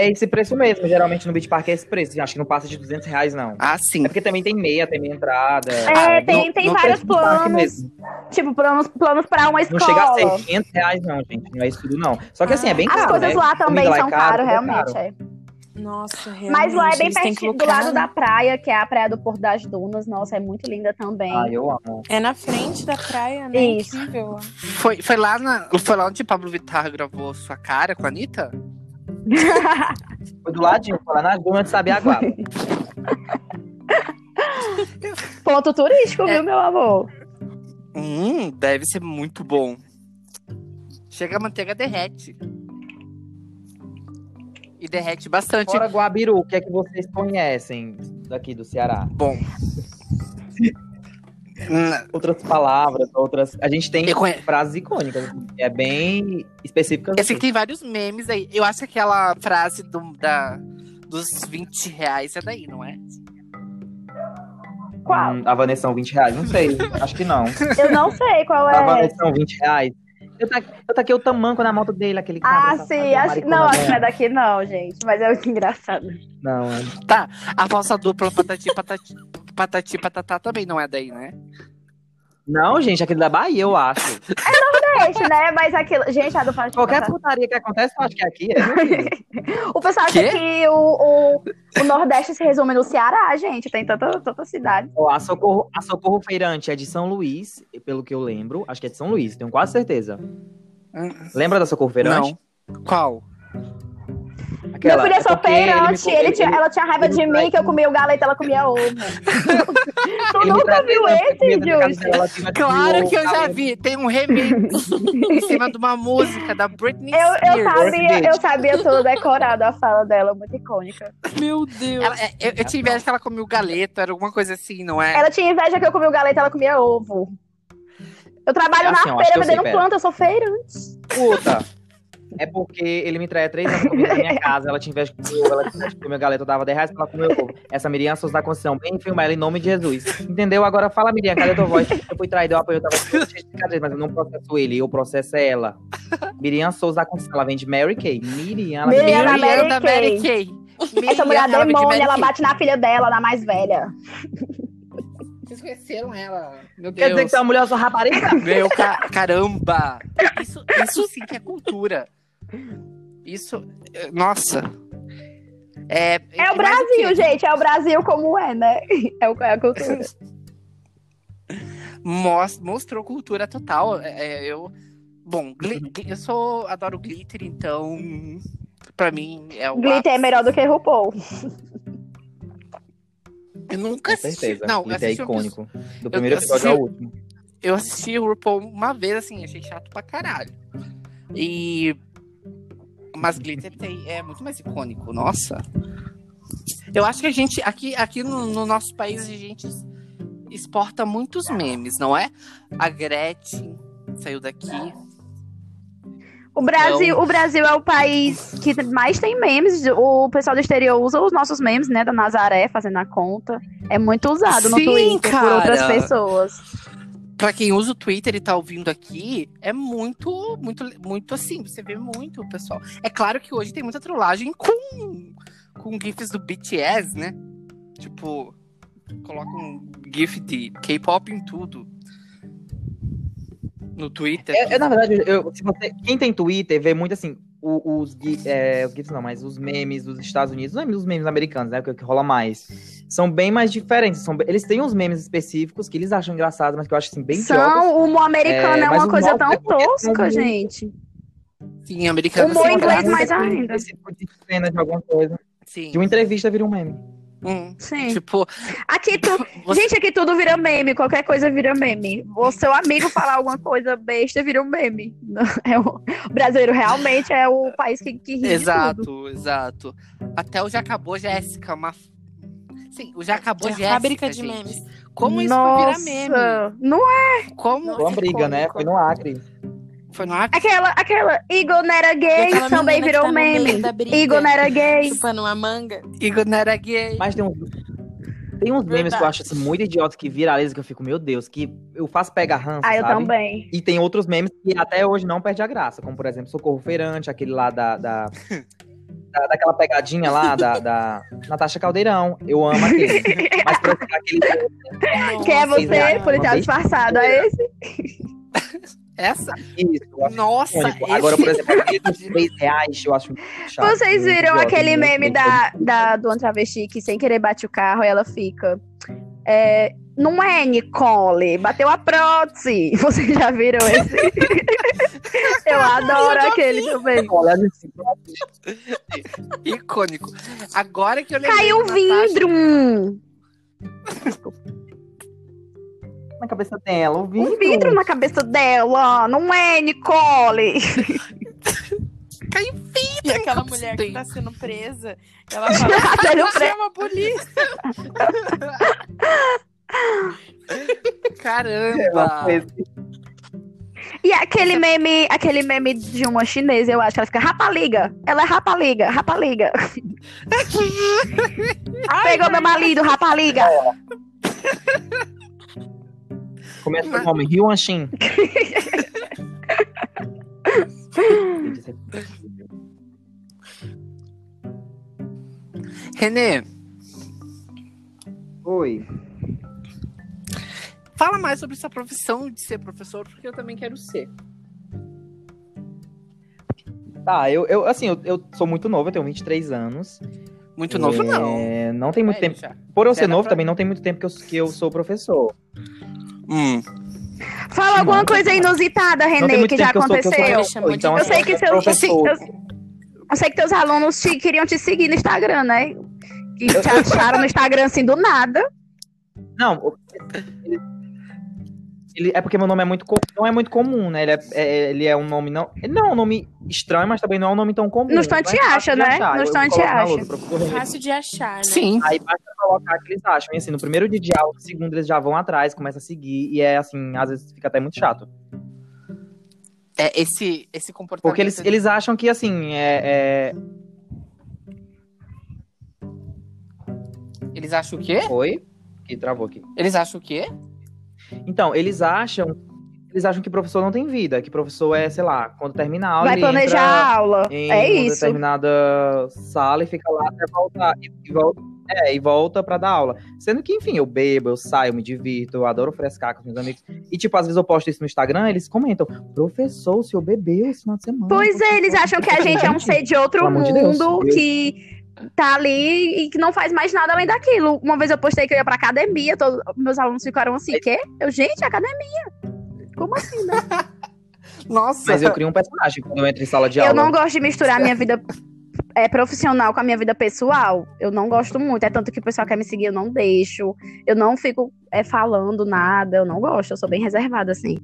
[SPEAKER 6] é- é esse preço mesmo. Geralmente no Beach Park é esse preço. Acho que não passa de 200 reais, não.
[SPEAKER 1] Ah, sim.
[SPEAKER 6] É porque também tem meia, tem meia entrada.
[SPEAKER 2] É,
[SPEAKER 1] Ah,
[SPEAKER 2] tem,
[SPEAKER 1] não-
[SPEAKER 2] tem
[SPEAKER 1] não
[SPEAKER 2] vários
[SPEAKER 6] Preço do Beach Park
[SPEAKER 2] planos.
[SPEAKER 6] mesmo.
[SPEAKER 2] Tipo, planos, planos para
[SPEAKER 6] Não
[SPEAKER 2] uma escola. Ah,
[SPEAKER 6] chega a 600 reais, não, gente. Não é isso tudo, não. Só que assim, é bem
[SPEAKER 2] As
[SPEAKER 6] caro,
[SPEAKER 2] coisas
[SPEAKER 6] né?
[SPEAKER 2] lá também
[SPEAKER 6] Comida lá é
[SPEAKER 2] são
[SPEAKER 6] caro,
[SPEAKER 2] caras,
[SPEAKER 6] é
[SPEAKER 2] realmente.
[SPEAKER 6] caro.
[SPEAKER 2] é.
[SPEAKER 4] Nossa, realmente.
[SPEAKER 2] Mas lá é bem
[SPEAKER 4] eles Hum, têm que
[SPEAKER 2] pertinho do
[SPEAKER 4] lucrar,
[SPEAKER 2] lado
[SPEAKER 4] né?
[SPEAKER 2] da praia, que é a praia do Porto das Dunas. Nossa, é muito linda também.
[SPEAKER 3] Ah, eu amo.
[SPEAKER 4] É na frente da praia, né?
[SPEAKER 2] Isso.
[SPEAKER 4] Incrível.
[SPEAKER 1] Foi, foi, lá na, foi lá onde Pablo Vittar gravou sua cara com a Anitta?
[SPEAKER 3] Foi do ladinho, foi lá na Duna de Sabiaguá.
[SPEAKER 2] Ponto turístico,
[SPEAKER 4] É.
[SPEAKER 2] viu, meu amor?
[SPEAKER 1] Hum, deve ser muito bom. Chega a manteiga, derrete. E derrete bastante.
[SPEAKER 3] Fora Guabiru, o que é que vocês conhecem daqui do Ceará?
[SPEAKER 1] Bom. Hum,
[SPEAKER 3] Outras palavras, outras. A gente tem
[SPEAKER 1] Eu conhe-
[SPEAKER 3] frases icônicas. É bem específicas.
[SPEAKER 1] Eu sei que tem vários memes aí. Eu acho que aquela frase do, da, dos 20 reais é daí, não é?
[SPEAKER 2] Qual?
[SPEAKER 3] Hum, a Vanessa são 20 reais? Não sei, acho que não.
[SPEAKER 2] Eu não sei qual
[SPEAKER 3] A
[SPEAKER 2] é.
[SPEAKER 3] Vanessa são 20 reais. Eu, ta... eu taquei o tamanco na moto dele, aquele
[SPEAKER 2] Ah,
[SPEAKER 3] cara.
[SPEAKER 2] sim. Acho... Não,
[SPEAKER 6] né?
[SPEAKER 2] acho que não é daqui, não, gente. Mas é muito engraçado.
[SPEAKER 3] Não, é
[SPEAKER 1] A falsa dupla patati patati, patati patatá também não é daí, né?
[SPEAKER 3] Não, gente, aquele da Bahia, eu acho.
[SPEAKER 2] Gente, né? Mas aquilo. Gente, a do Fátima.
[SPEAKER 3] Qualquer putaria que acontece, eu acho que é aqui. É, meu filho.
[SPEAKER 2] O pessoal acha
[SPEAKER 1] Quê?
[SPEAKER 2] que o, o, o Nordeste se resume no Ceará, gente. Tem tanta, tanta cidade.
[SPEAKER 3] Ó, a, Socorro, a Socorro Feirante é de São Luís, pelo que eu lembro. Acho que é de São Luís, tenho quase certeza.
[SPEAKER 1] Hum.
[SPEAKER 3] Lembra da Socorro Feirante?
[SPEAKER 1] Não. Qual?
[SPEAKER 3] Aquela-
[SPEAKER 2] Meu filho é
[SPEAKER 3] é porque
[SPEAKER 2] solteirante.
[SPEAKER 3] me-
[SPEAKER 2] Ele, tinha- ela tinha raiva
[SPEAKER 3] ele
[SPEAKER 2] de
[SPEAKER 3] me
[SPEAKER 2] mim,
[SPEAKER 3] trai-
[SPEAKER 2] que eu comia o galo e ela comia ovo. tu
[SPEAKER 3] ele me
[SPEAKER 2] nunca
[SPEAKER 3] traz
[SPEAKER 2] viu
[SPEAKER 3] tanto que
[SPEAKER 2] esse,
[SPEAKER 3] comida na casa
[SPEAKER 2] Justo?
[SPEAKER 3] dela, tinha
[SPEAKER 1] Claro
[SPEAKER 3] tipo,
[SPEAKER 1] que eu já
[SPEAKER 3] cabelo.
[SPEAKER 1] vi. Tem um remix em cima de uma música da Britney
[SPEAKER 2] Eu, eu
[SPEAKER 1] Spears.
[SPEAKER 2] sabia, eu
[SPEAKER 3] Orquídea.
[SPEAKER 2] sabia tudo decorado a fala dela, muito icônica.
[SPEAKER 4] Meu Deus.
[SPEAKER 1] Ela- é, eu, eu tinha inveja que ela comia o galeto, era alguma coisa assim, não é?
[SPEAKER 2] Ela tinha inveja que eu comia o galo e ela comia ovo. Eu trabalho
[SPEAKER 3] Assim, eu
[SPEAKER 2] na
[SPEAKER 3] acho que
[SPEAKER 2] feira
[SPEAKER 3] eu sei,
[SPEAKER 2] vendendo
[SPEAKER 3] pera.
[SPEAKER 2] planta, eu sou feirante.
[SPEAKER 3] Puta. É porque ele me traia três anos comida na minha casa, ela tinha inveja comigo, ela tinha inveja comigo, galera, eu dava 10 reais pra ela comer o ovo. Essa Miriam Souza da Conceição, bem filmar ela em nome de Jesus. Entendeu? Agora fala, Miriam, cadê tua voz? Eu fui traída, eu apanhei, eu tava cheio de cadeira, mas eu não processo ele, eu processo é ela. Miriam Souza da Conceição, ela vende Mary Kay. Miriam, ela
[SPEAKER 2] Miriam
[SPEAKER 3] vende
[SPEAKER 2] da Mary
[SPEAKER 1] da
[SPEAKER 2] Kay.
[SPEAKER 1] Mary Kay.
[SPEAKER 2] Essa
[SPEAKER 1] Miriam,
[SPEAKER 2] mulher
[SPEAKER 1] ela vende Mary
[SPEAKER 2] demônia, ela
[SPEAKER 1] Kay.
[SPEAKER 2] bate na filha dela, na mais velha.
[SPEAKER 1] Vocês conheceram ela? Meu
[SPEAKER 3] Quer dizer que
[SPEAKER 1] Deus.
[SPEAKER 3] tu é uma mulher, eu sou rapariga?
[SPEAKER 1] Meu ca- caramba! Isso, isso sim que é cultura. Isso. eh, Nossa! É,
[SPEAKER 2] É o
[SPEAKER 1] e mais
[SPEAKER 2] Brasil,
[SPEAKER 1] que-
[SPEAKER 2] gente. É o Brasil como é, né? É o- é a cultura.
[SPEAKER 1] Mos- mostrou cultura total. É, é, eu, bom, gli-
[SPEAKER 3] Uhum.
[SPEAKER 1] gli- eu sou adoro glitter, então pra mim é o
[SPEAKER 2] Glitter é
[SPEAKER 1] ápice.
[SPEAKER 2] melhor do que RuPaul.
[SPEAKER 1] Eu nunca
[SPEAKER 3] Com
[SPEAKER 1] assisti.
[SPEAKER 3] certeza.
[SPEAKER 1] Não, eu
[SPEAKER 3] Glitter é
[SPEAKER 1] assisti um episódio-
[SPEAKER 3] icônico. Do primeiro episódio ao último.
[SPEAKER 1] Eu assisti o RuPaul uma vez, assim, achei chato pra caralho. E. Mas Glitter tem- é muito mais icônico, nossa. Eu acho que a gente, aqui, aqui no, no nosso país, a gente es- exporta muitos memes, não é? A Gretchen saiu daqui.
[SPEAKER 2] O Brasil, o Brasil é o país que mais tem memes. O pessoal do exterior usa os nossos memes, né? Da Nazaré fazendo a conta. É muito usado no
[SPEAKER 1] Sim,
[SPEAKER 2] Twitter por
[SPEAKER 1] cara.
[SPEAKER 2] outras pessoas.
[SPEAKER 1] Pra quem usa o Twitter e tá ouvindo aqui, é muito, muito, muito assim, você vê muito, pessoal. É claro que hoje tem muita trollagem com, com GIFs do BTS, né? Tipo, coloca um GIF de K-pop em tudo. No Twitter.
[SPEAKER 3] É, é, na verdade, eu, se você, quem tem Twitter vê muito assim, o- os, gui- é, os gifs não, mas os memes dos Estados Unidos, não é os memes americanos, né? Que, que rola mais. São bem mais diferentes. São, be- eles têm uns memes específicos que eles acham engraçados, mas que eu acho assim, bem idiotas.
[SPEAKER 2] São, o humor americano
[SPEAKER 3] É,
[SPEAKER 2] é,
[SPEAKER 3] mas
[SPEAKER 2] uma
[SPEAKER 3] o
[SPEAKER 2] coisa
[SPEAKER 3] nosso é
[SPEAKER 2] tão
[SPEAKER 3] porque é tão
[SPEAKER 2] tosca,
[SPEAKER 3] muito-
[SPEAKER 2] gente.
[SPEAKER 1] Sim,
[SPEAKER 3] assim,
[SPEAKER 1] americano. assim,
[SPEAKER 2] Humor
[SPEAKER 3] um
[SPEAKER 1] sem
[SPEAKER 2] um inglês
[SPEAKER 1] graça.
[SPEAKER 2] mais
[SPEAKER 3] Meme
[SPEAKER 2] ainda.
[SPEAKER 3] específico de cena de alguma coisa.
[SPEAKER 1] Sim.
[SPEAKER 3] De uma entrevista vira um meme.
[SPEAKER 1] Hum.
[SPEAKER 2] Sim.
[SPEAKER 1] Tipo,
[SPEAKER 2] Aqui tu...
[SPEAKER 1] você-
[SPEAKER 2] Gente, aqui tudo vira meme, qualquer coisa vira meme. O seu amigo falar alguma coisa besta vira um meme. É o... o brasileiro realmente é o país que, que ri de
[SPEAKER 1] Exato,
[SPEAKER 2] tudo.
[SPEAKER 1] exato. Até o Já Acabou Jéssica, uma. Sim, o Já Acabou
[SPEAKER 4] É a
[SPEAKER 1] Jéssica.
[SPEAKER 4] fábrica de
[SPEAKER 1] gente.
[SPEAKER 4] memes.
[SPEAKER 1] Como isso
[SPEAKER 2] Nossa,
[SPEAKER 1] foi virar meme?
[SPEAKER 2] Não é
[SPEAKER 1] Como
[SPEAKER 3] Foi uma briga, né? Foi no Acre.
[SPEAKER 1] foi no ar?
[SPEAKER 2] aquela, aquela Igor não era
[SPEAKER 4] E
[SPEAKER 2] gay,
[SPEAKER 4] aquela
[SPEAKER 2] também
[SPEAKER 4] menina que
[SPEAKER 2] virou
[SPEAKER 4] tá no meio
[SPEAKER 2] meme.
[SPEAKER 4] da Tipo, briga,
[SPEAKER 2] Igor
[SPEAKER 3] né?
[SPEAKER 2] não era gay.
[SPEAKER 4] Chupando uma manga.
[SPEAKER 1] Igor não era gay.
[SPEAKER 3] Mas tem uns, tem uns memes que
[SPEAKER 4] Verdade.
[SPEAKER 3] eu acho assim, muito idiotas que viralizam, que eu fico, meu Deus, que eu faço pega ranço,
[SPEAKER 2] Ah, eu
[SPEAKER 3] sabe?
[SPEAKER 2] também.
[SPEAKER 3] E tem outros memes que até hoje não perde a graça, como por exemplo, Socorro Feirante, aquele lá da. da... da- Daquela pegadinha lá da, da Natasha Caldeirão. Eu amo aquele. Mas por exemplo, aquele.
[SPEAKER 2] Quem é
[SPEAKER 4] Nossa,
[SPEAKER 3] vocês
[SPEAKER 2] você,
[SPEAKER 3] acham
[SPEAKER 2] policial
[SPEAKER 3] uma
[SPEAKER 2] disfarçado? É esse?
[SPEAKER 1] Essa.
[SPEAKER 3] Isso, eu acho
[SPEAKER 1] Nossa,
[SPEAKER 3] icônico.
[SPEAKER 1] esse- é
[SPEAKER 3] Agora, por exemplo, aquele dos 3 reais, eu acho chato.
[SPEAKER 2] Vocês
[SPEAKER 3] muito
[SPEAKER 2] viram
[SPEAKER 3] idiota,
[SPEAKER 2] aquele
[SPEAKER 3] muito,
[SPEAKER 2] meme
[SPEAKER 3] muito
[SPEAKER 2] da, da, do Antravesti que sem querer bate o carro e ela fica. é, não é, Nicole, bateu a prótese. Vocês já viram esse? eu adoro aquele também.
[SPEAKER 3] Olha, assim,
[SPEAKER 1] é Icônico. Agora que eu lembrei.
[SPEAKER 3] um
[SPEAKER 2] Caiu o
[SPEAKER 1] da
[SPEAKER 2] vidro!
[SPEAKER 3] na cabeça dela, o
[SPEAKER 2] Um
[SPEAKER 3] vidro.
[SPEAKER 2] vidro na cabeça dela! Não é, Nicole!
[SPEAKER 4] E aquela
[SPEAKER 1] Sim.
[SPEAKER 4] mulher que tá sendo presa, ela fala,
[SPEAKER 2] Sendo
[SPEAKER 4] não
[SPEAKER 2] pre-
[SPEAKER 4] chama a polícia.
[SPEAKER 1] Tasha. Caramba.
[SPEAKER 2] E aquele meme, aquele meme de uma chinesa, eu acho que ela fica rapaliga. Ela é rapaliga, rapaliga. Pegou meu marido, rapaliga.
[SPEAKER 3] Começa o nome, Ryu Anshin.
[SPEAKER 1] Renê,
[SPEAKER 3] Oi.
[SPEAKER 1] fala mais sobre sua profissão de ser professor, porque eu também quero ser.
[SPEAKER 3] Tá, eu, eu assim, eu, eu sou muito novo, eu tenho 23 anos.
[SPEAKER 1] Muito novo,
[SPEAKER 3] É,
[SPEAKER 1] não.
[SPEAKER 3] Não tem muito
[SPEAKER 2] É,
[SPEAKER 1] Velho
[SPEAKER 3] tempo.
[SPEAKER 1] já.
[SPEAKER 3] Por eu
[SPEAKER 1] Era
[SPEAKER 3] ser novo,
[SPEAKER 1] pra-
[SPEAKER 3] também não tem muito tempo que eu, que eu sou professor.
[SPEAKER 1] Hum.
[SPEAKER 2] Fala alguma coisa inusitada,
[SPEAKER 3] não tem
[SPEAKER 2] Renê,
[SPEAKER 3] muito
[SPEAKER 2] que
[SPEAKER 3] tempo
[SPEAKER 2] já
[SPEAKER 3] que eu sou, que eu sou
[SPEAKER 2] aconteceu.
[SPEAKER 4] Ele
[SPEAKER 3] professor.
[SPEAKER 4] chamou de
[SPEAKER 3] Então,
[SPEAKER 2] Eu
[SPEAKER 3] assim,
[SPEAKER 2] sei que
[SPEAKER 3] eu sou
[SPEAKER 2] seus. Eu sei,
[SPEAKER 3] professor.
[SPEAKER 2] eu- eu sei que teus alunos te, queriam te seguir no Instagram, né? E te acharam no Instagram assim do nada.
[SPEAKER 3] Não, o- ele, é porque meu nome é muito, co- não é muito comum, né? Ele é, é- ele é um nome não, ele não é um nome estranho, mas também não é um nome tão comum.
[SPEAKER 2] No instante
[SPEAKER 3] Mas é fácil
[SPEAKER 2] acha,
[SPEAKER 3] de
[SPEAKER 2] né?
[SPEAKER 3] achar.
[SPEAKER 2] No
[SPEAKER 3] Eu
[SPEAKER 2] instante
[SPEAKER 3] coloco na
[SPEAKER 2] acha.
[SPEAKER 3] lousa, professor Renan.
[SPEAKER 4] Fácil de achar, né?
[SPEAKER 1] Sim.
[SPEAKER 3] Aí basta colocar que eles acham. E assim, no primeiro dia de aula, no segundo eles já vão atrás, começam a seguir. E é assim, às vezes fica até muito chato.
[SPEAKER 1] É esse, esse comportamento.
[SPEAKER 3] Porque eles, eles acham que assim, é.
[SPEAKER 1] Eles acham o quê?
[SPEAKER 3] é... Oi? Que travou aqui.
[SPEAKER 1] Eles acham o quê?
[SPEAKER 3] Então, eles acham. Eles acham que professor não tem vida, que professor é, sei lá, quando termina a aula.
[SPEAKER 2] Vai
[SPEAKER 3] ele entra
[SPEAKER 2] planejar a aula.
[SPEAKER 3] Em
[SPEAKER 2] É
[SPEAKER 3] uma
[SPEAKER 2] isso.
[SPEAKER 3] determinada sala e fica lá até voltar. E, e volta, é, e volta pra dar aula. Sendo que, enfim, eu bebo, eu saio, me divirto, eu adoro frescar com os meus amigos. E, tipo, às vezes eu posto isso no Instagram, eles comentam: professor, o senhor bebeu esse final de semana.
[SPEAKER 2] Pois é, eles acham que a gente é um ser de outro
[SPEAKER 3] Pelo amor de Deus,
[SPEAKER 2] mundo
[SPEAKER 3] eu-
[SPEAKER 2] que tá ali e que não faz mais nada além daquilo. Uma vez eu postei que eu ia pra academia, todos, meus alunos ficaram assim, quê? Eu, gente, academia. Como assim?
[SPEAKER 1] Nossa.
[SPEAKER 3] Mas eu crio um personagem quando eu entro em sala de
[SPEAKER 2] Eu
[SPEAKER 3] aula.
[SPEAKER 2] não gosto de misturar minha vida é, profissional com a minha vida pessoal. Eu não gosto muito. É tanto que o pessoal quer me seguir, eu não deixo. Eu não fico é, falando nada, eu não gosto. Eu sou bem reservada, assim.